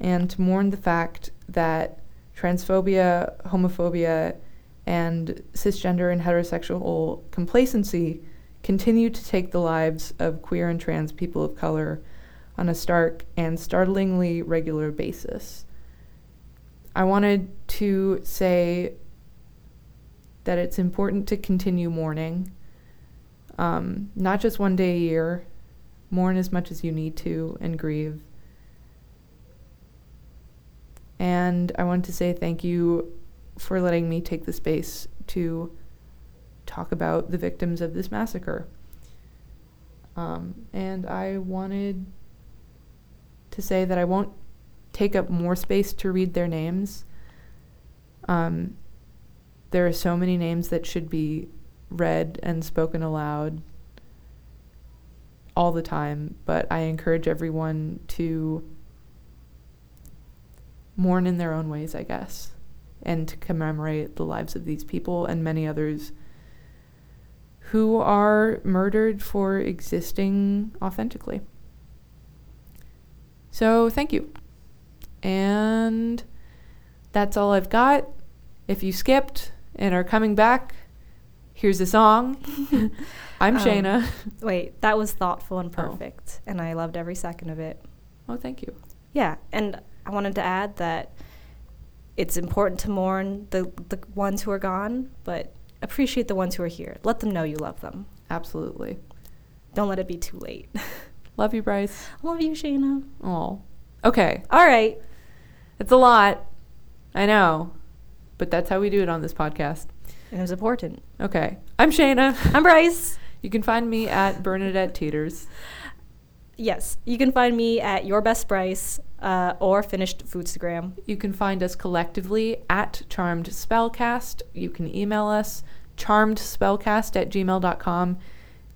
S3: and to mourn the fact that transphobia, homophobia, and cisgender and heterosexual complacency continue to take the lives of queer and trans people of color on a stark and startlingly regular basis. I wanted to say that it's important to continue mourning, um, not just one day a year. Mourn as much as you need to and grieve. And I want to say thank you for letting me take the space to talk about the victims of this massacre. Um, and I wanted to say that I won't take up more space to read their names. Um, there are so many names that should be read and spoken aloud all the time, but I encourage everyone to mourn in their own ways, I guess, and to commemorate the lives of these people and many others who are murdered for existing authentically. So, thank you. And that's all I've got. If you skipped and are coming back, here's a song. I'm
S2: Um,
S3: Shayna.
S2: Wait, that was thoughtful and perfect, and I loved every second of it.
S3: Oh, thank you.
S2: Yeah, and I wanted to add that it's important to mourn the the ones who are gone, but appreciate the ones who are here. Let them know you love them.
S3: Absolutely.
S2: Don't let it be too late.
S3: Love you, Bryce.
S2: love you, Shayna.
S3: Oh. Okay.
S2: All right.
S3: It's a lot. I know. But that's how we do it on this podcast.
S2: It was important.
S3: Okay. I'm Shayna.
S2: I'm Bryce.
S3: You can find me at Bernadette Teeters.
S2: Yes, you can find me at your best Bryce uh, or finished foodstagram.
S3: You can find us collectively at Charmed Spellcast. You can email us charmedspellcast at gmail.com.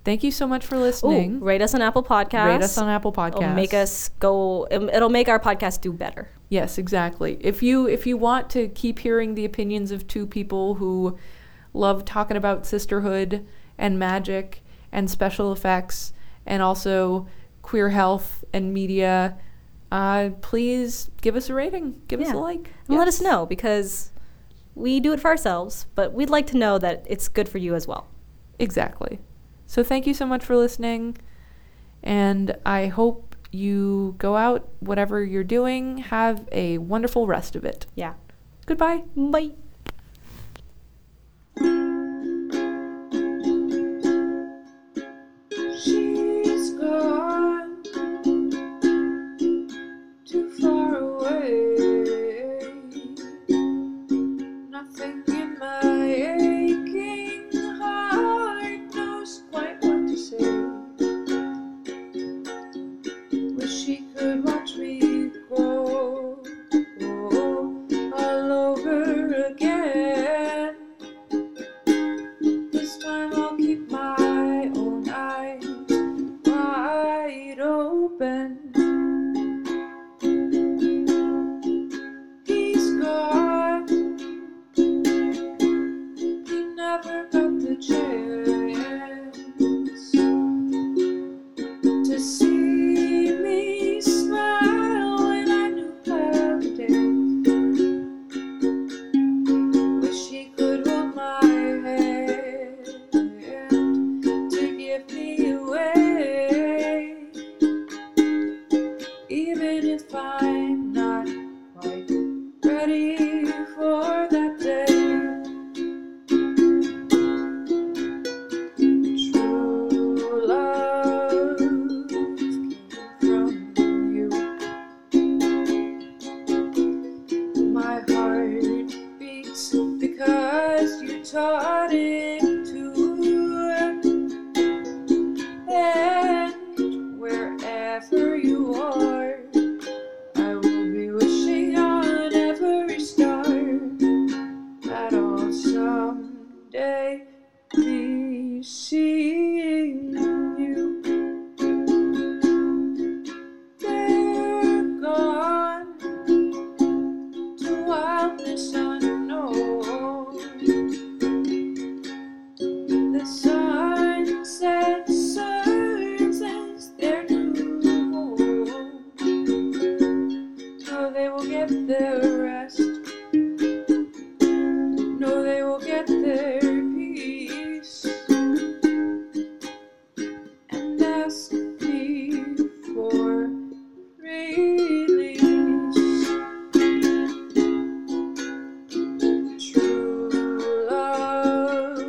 S3: Thank you so much for
S2: Ooh,
S3: listening.
S2: rate us on Apple Podcasts.
S3: Rate us on Apple Podcasts.
S2: It'll make us go. It'll it'll make our podcast do better.
S3: Yes, exactly. If you if you want to keep hearing the opinions of two people who love talking about sisterhood and magic and special effects and also queer health and media, uh, please give us a rating, give us
S2: Yeah.
S3: a like,
S2: And let us
S3: Yes.
S2: know because we do it for ourselves, but we'd like to know that it's good for you as well.
S3: Exactly. So thank you so much for listening. And I hope you go out, whatever you're doing, have a wonderful rest of it.
S2: Yeah.
S3: Goodbye.
S2: Bye.
S4: She's gone too far away. Nothing in my aching heart knows quite what to say. Wish she could watch me go all over again.
S6: ready for that day. True love from you. My heart beats because you taught it to. And wherever you are, I will be wishing on every star that I'll someday be seeing you. They're gone to wildness unknown. The sunset serves as their new home. No, they will get their rest. No, they will get their peace. And ask me for release. True love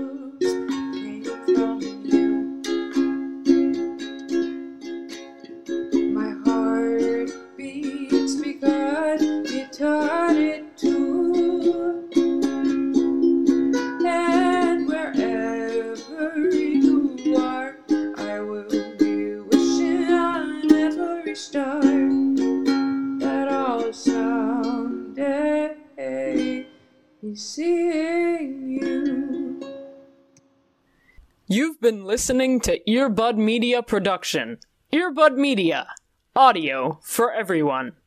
S6: came from you. My heart beats because you taught it to. And wherever you are, I will be wishing on every star that I'll someday be seeing you.
S1: You've been listening to Earbud Media Production. Earbud Media, audio for everyone.